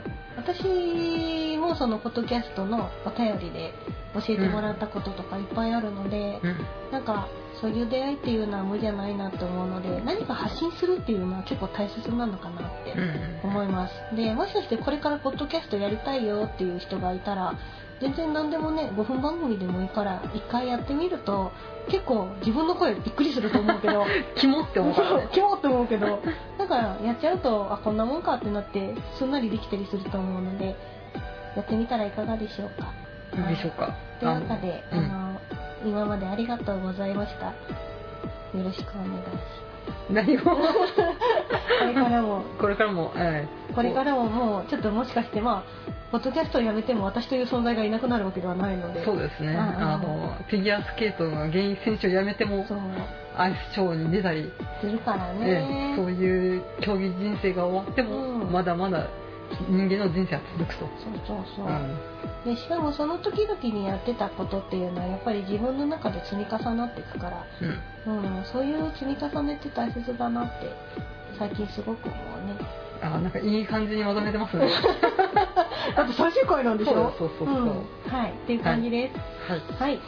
私もそのフォトキャストのお便りで教えてもらったこととかいっぱいあるので、
うん
なんかそういう出会いっていうのは無じゃないなと思うので何か発信するっていうのは結構大切なのかなって
うん
思いますでもしかしてこれからポッドキャストやりたいよっていう人がいたら全然何でもね5分番組でもいいから1回やってみると結構自分の声びっくりすると思うけど
キモ って思うからね
キモって思うけどだからやっちゃうとあこんなもんかってなってすんなりできたりすると思うのでやってみたらいかがでしょうか
でしょうか
というわけで
あのうん
あの今までありがとうございましたよろしくお願いします
何も
これからも
これからも、ええ
これからももうちょっともしかしてまあポッドキャストをやめても私という存在がいなくなるわけではないので
そうですね、
うんうん
あのフィギュアスケートの現役選手を辞めても
そう
アイスショーに出たり、
するから
ね
ね。
そういう競技人生が終わっても、
うん
まだまだ人間の人生は続くと。
そうそうそうう。
ん
でしかもその時々にやってたことっていうのはやっぱり自分の中で積み重なっていくから、
うん
うん、そういう積み重ねって大切だなって最近すごく思うね
あーなんかいい感じにまとめてますね。
だって最終回なんでしょ
そうそうそうそう
うんはいっていう感じです
はい、
はい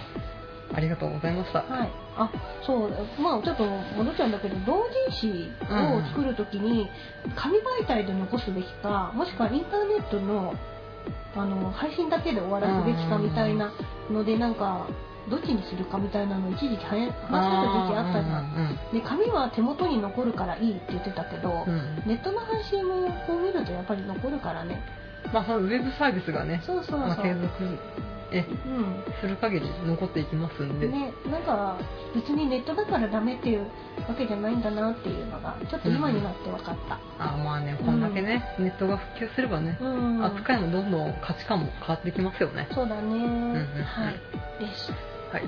ありがとうございました。
はい、あそうまあちょっと戻っちゃうんだけど同人誌を作る時に紙媒体で残すべきかもしくはインターネットのあの配信だけで終わらすべきかみたいなのでなんかどっちにするかみたいなの一時期はや話してた時期あったじゃん。で紙は手元に残るからいいって言ってたけど、
うんうんうん。
ネットの配信もこう見るとやっぱり残るからね
まあそのウェブサービスがね、
そうそうそう、
まあ、継続え
うん
する限り残っていきますんで、
ね、なんか別にネットだからダメっていうわけじゃないんだなっていうのがちょっと今になって分かった、
あーまあねこんだけね、ネットが普及すればね、
うん
扱いもどんどん価値観も変わってきますよね。
そうだね、
んうん
はいです
はい、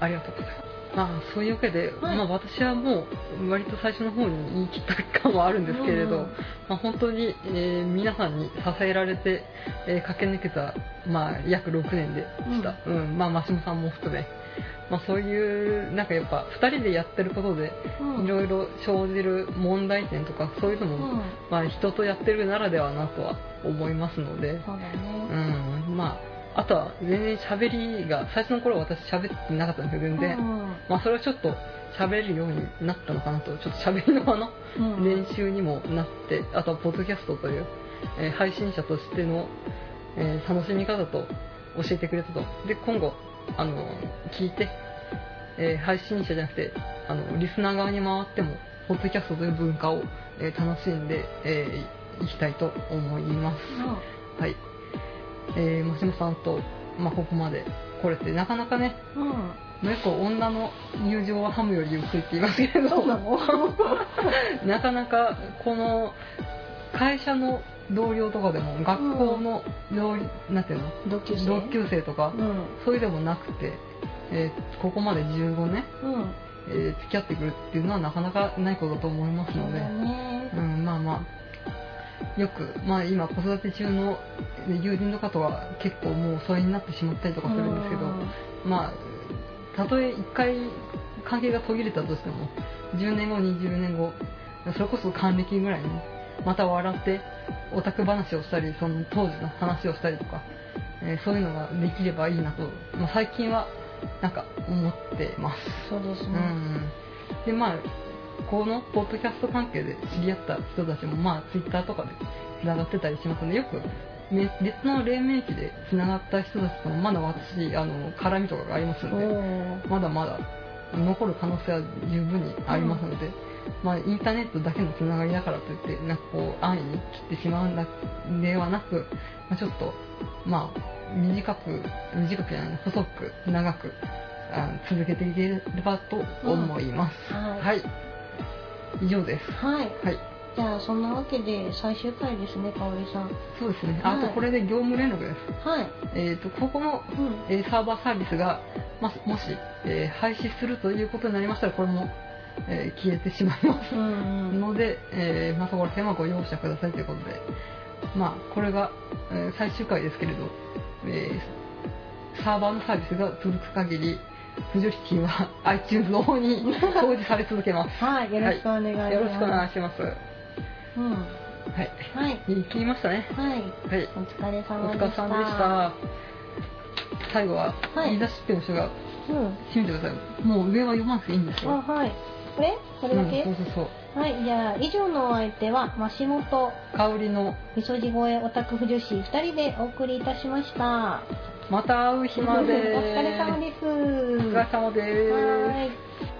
ありがとうございます。まあそういうわけで、
はい
まあ私はもう割と最初の方に言い切った感はあるんですけれど、
うん
まあ本当に、えー皆さんに支えられて、えー駆け抜けたまあ約6年でした。うん、まあマシモさんも含め。まあ、そういうなんかやっぱ2人でやってることで
うん
いろいろ生じる問題点とかそういうの
う
も、
ん
まあ、人とやってるならではなとは思いますので、
そ
う
うだね、
ん、まあ、あとは全然喋りが、最初の頃私喋ってなかったんですけど、全然。
うん
まあ、それはちょっと喋るようになったのかなと、ちょっと喋りのあの、
うん
練習にもなって、あとはポッドキャストという、えー配信者としての、えー楽しみ方と教えてくれたと。で、今後、あの、聞いて、えー配信者じゃなくて、あの、リスナー側に回っても、ポッドキャストという文化を、えー楽しんで、えーいきたいと思います。はい。えー、マシモさんと、まあ、ここまで来れて、なかなかね、
うんうん
もう一個女の友情はハムより薄いって言いますけ れ
そ
ど
う、なの
なかなかこの会社の同僚とかでも、学校の同、なんていうの、
同級生
同級生とか、
うん
そういうでもなくて、えーここまで15年、
うん
えー付き合ってくるっていうのはなかなかないことだと思います
そう
ので、
だね
うん、まあまあ、よく、まあ今子育て中の友人の方は結構もう疎遠になってしまったりとかするんですけど、まあ、たとえ一回関係が途切れたとしても、10年後、20年後、それこそ還暦ぐらいに、また笑って、オタク話をしたり、その当時の話をしたりとか、えーそういうのができればいいなと、まあ最近は、なんか思ってます。
そうです
う
ね、
ん、でまあこのポッドキャスト関係で知り合った人たちもまあツイッターとかでつながってたりしますのでよくめ別の黎明期でつながった人たちともまだ私あの絡みとかがあります
お
ので
ー
まだまだ残る可能性は十分にありますので、まあ、インターネットだけのつながりだからといってなんかこう安易に切ってしまうんだではなく、まあ、ちょっとまあ短く短くじゃない細く長くあ続けていければと思います、
うんはい
はい以上です
はい
はい
じゃあそんなわけで最終回ですねかおりさん
そうですねあ
はい
とこれで業務連絡です、
はい
えっ、とここの
うん
えーサーバーサービスが、まあもし、えー廃止するということになりましたら、これも、えー消えてしまいます
うんうん
ので、えーまあ、そこら辺はご容赦くださいということで、まあ、これが、えー最終回ですけれど、えーサーバーのサービスが続く限り、不助式は iTunes の方に表示され続けま
はい、よろしくお願いします。
す。よろしくお願いします。は
うん。
い。
はい、
言い切りましたね。
はい、
はい。
お疲れ
お
様
疲
で
れ
した。
様でした。最後は、
はい
言い出しっぺの人が
うん。
閉めてください。もう上は読まなくていいんですよ。
あ、はい。これこれだけ、
うん、そうそう
はい、じゃあ、以上のお相手は、マシモと、
そう。香りの、
みそじ越えオタク婦女子2人でお送りいたしました。
また会う日
お
まで。
疲れ様です。
お疲れ様です。
はーい。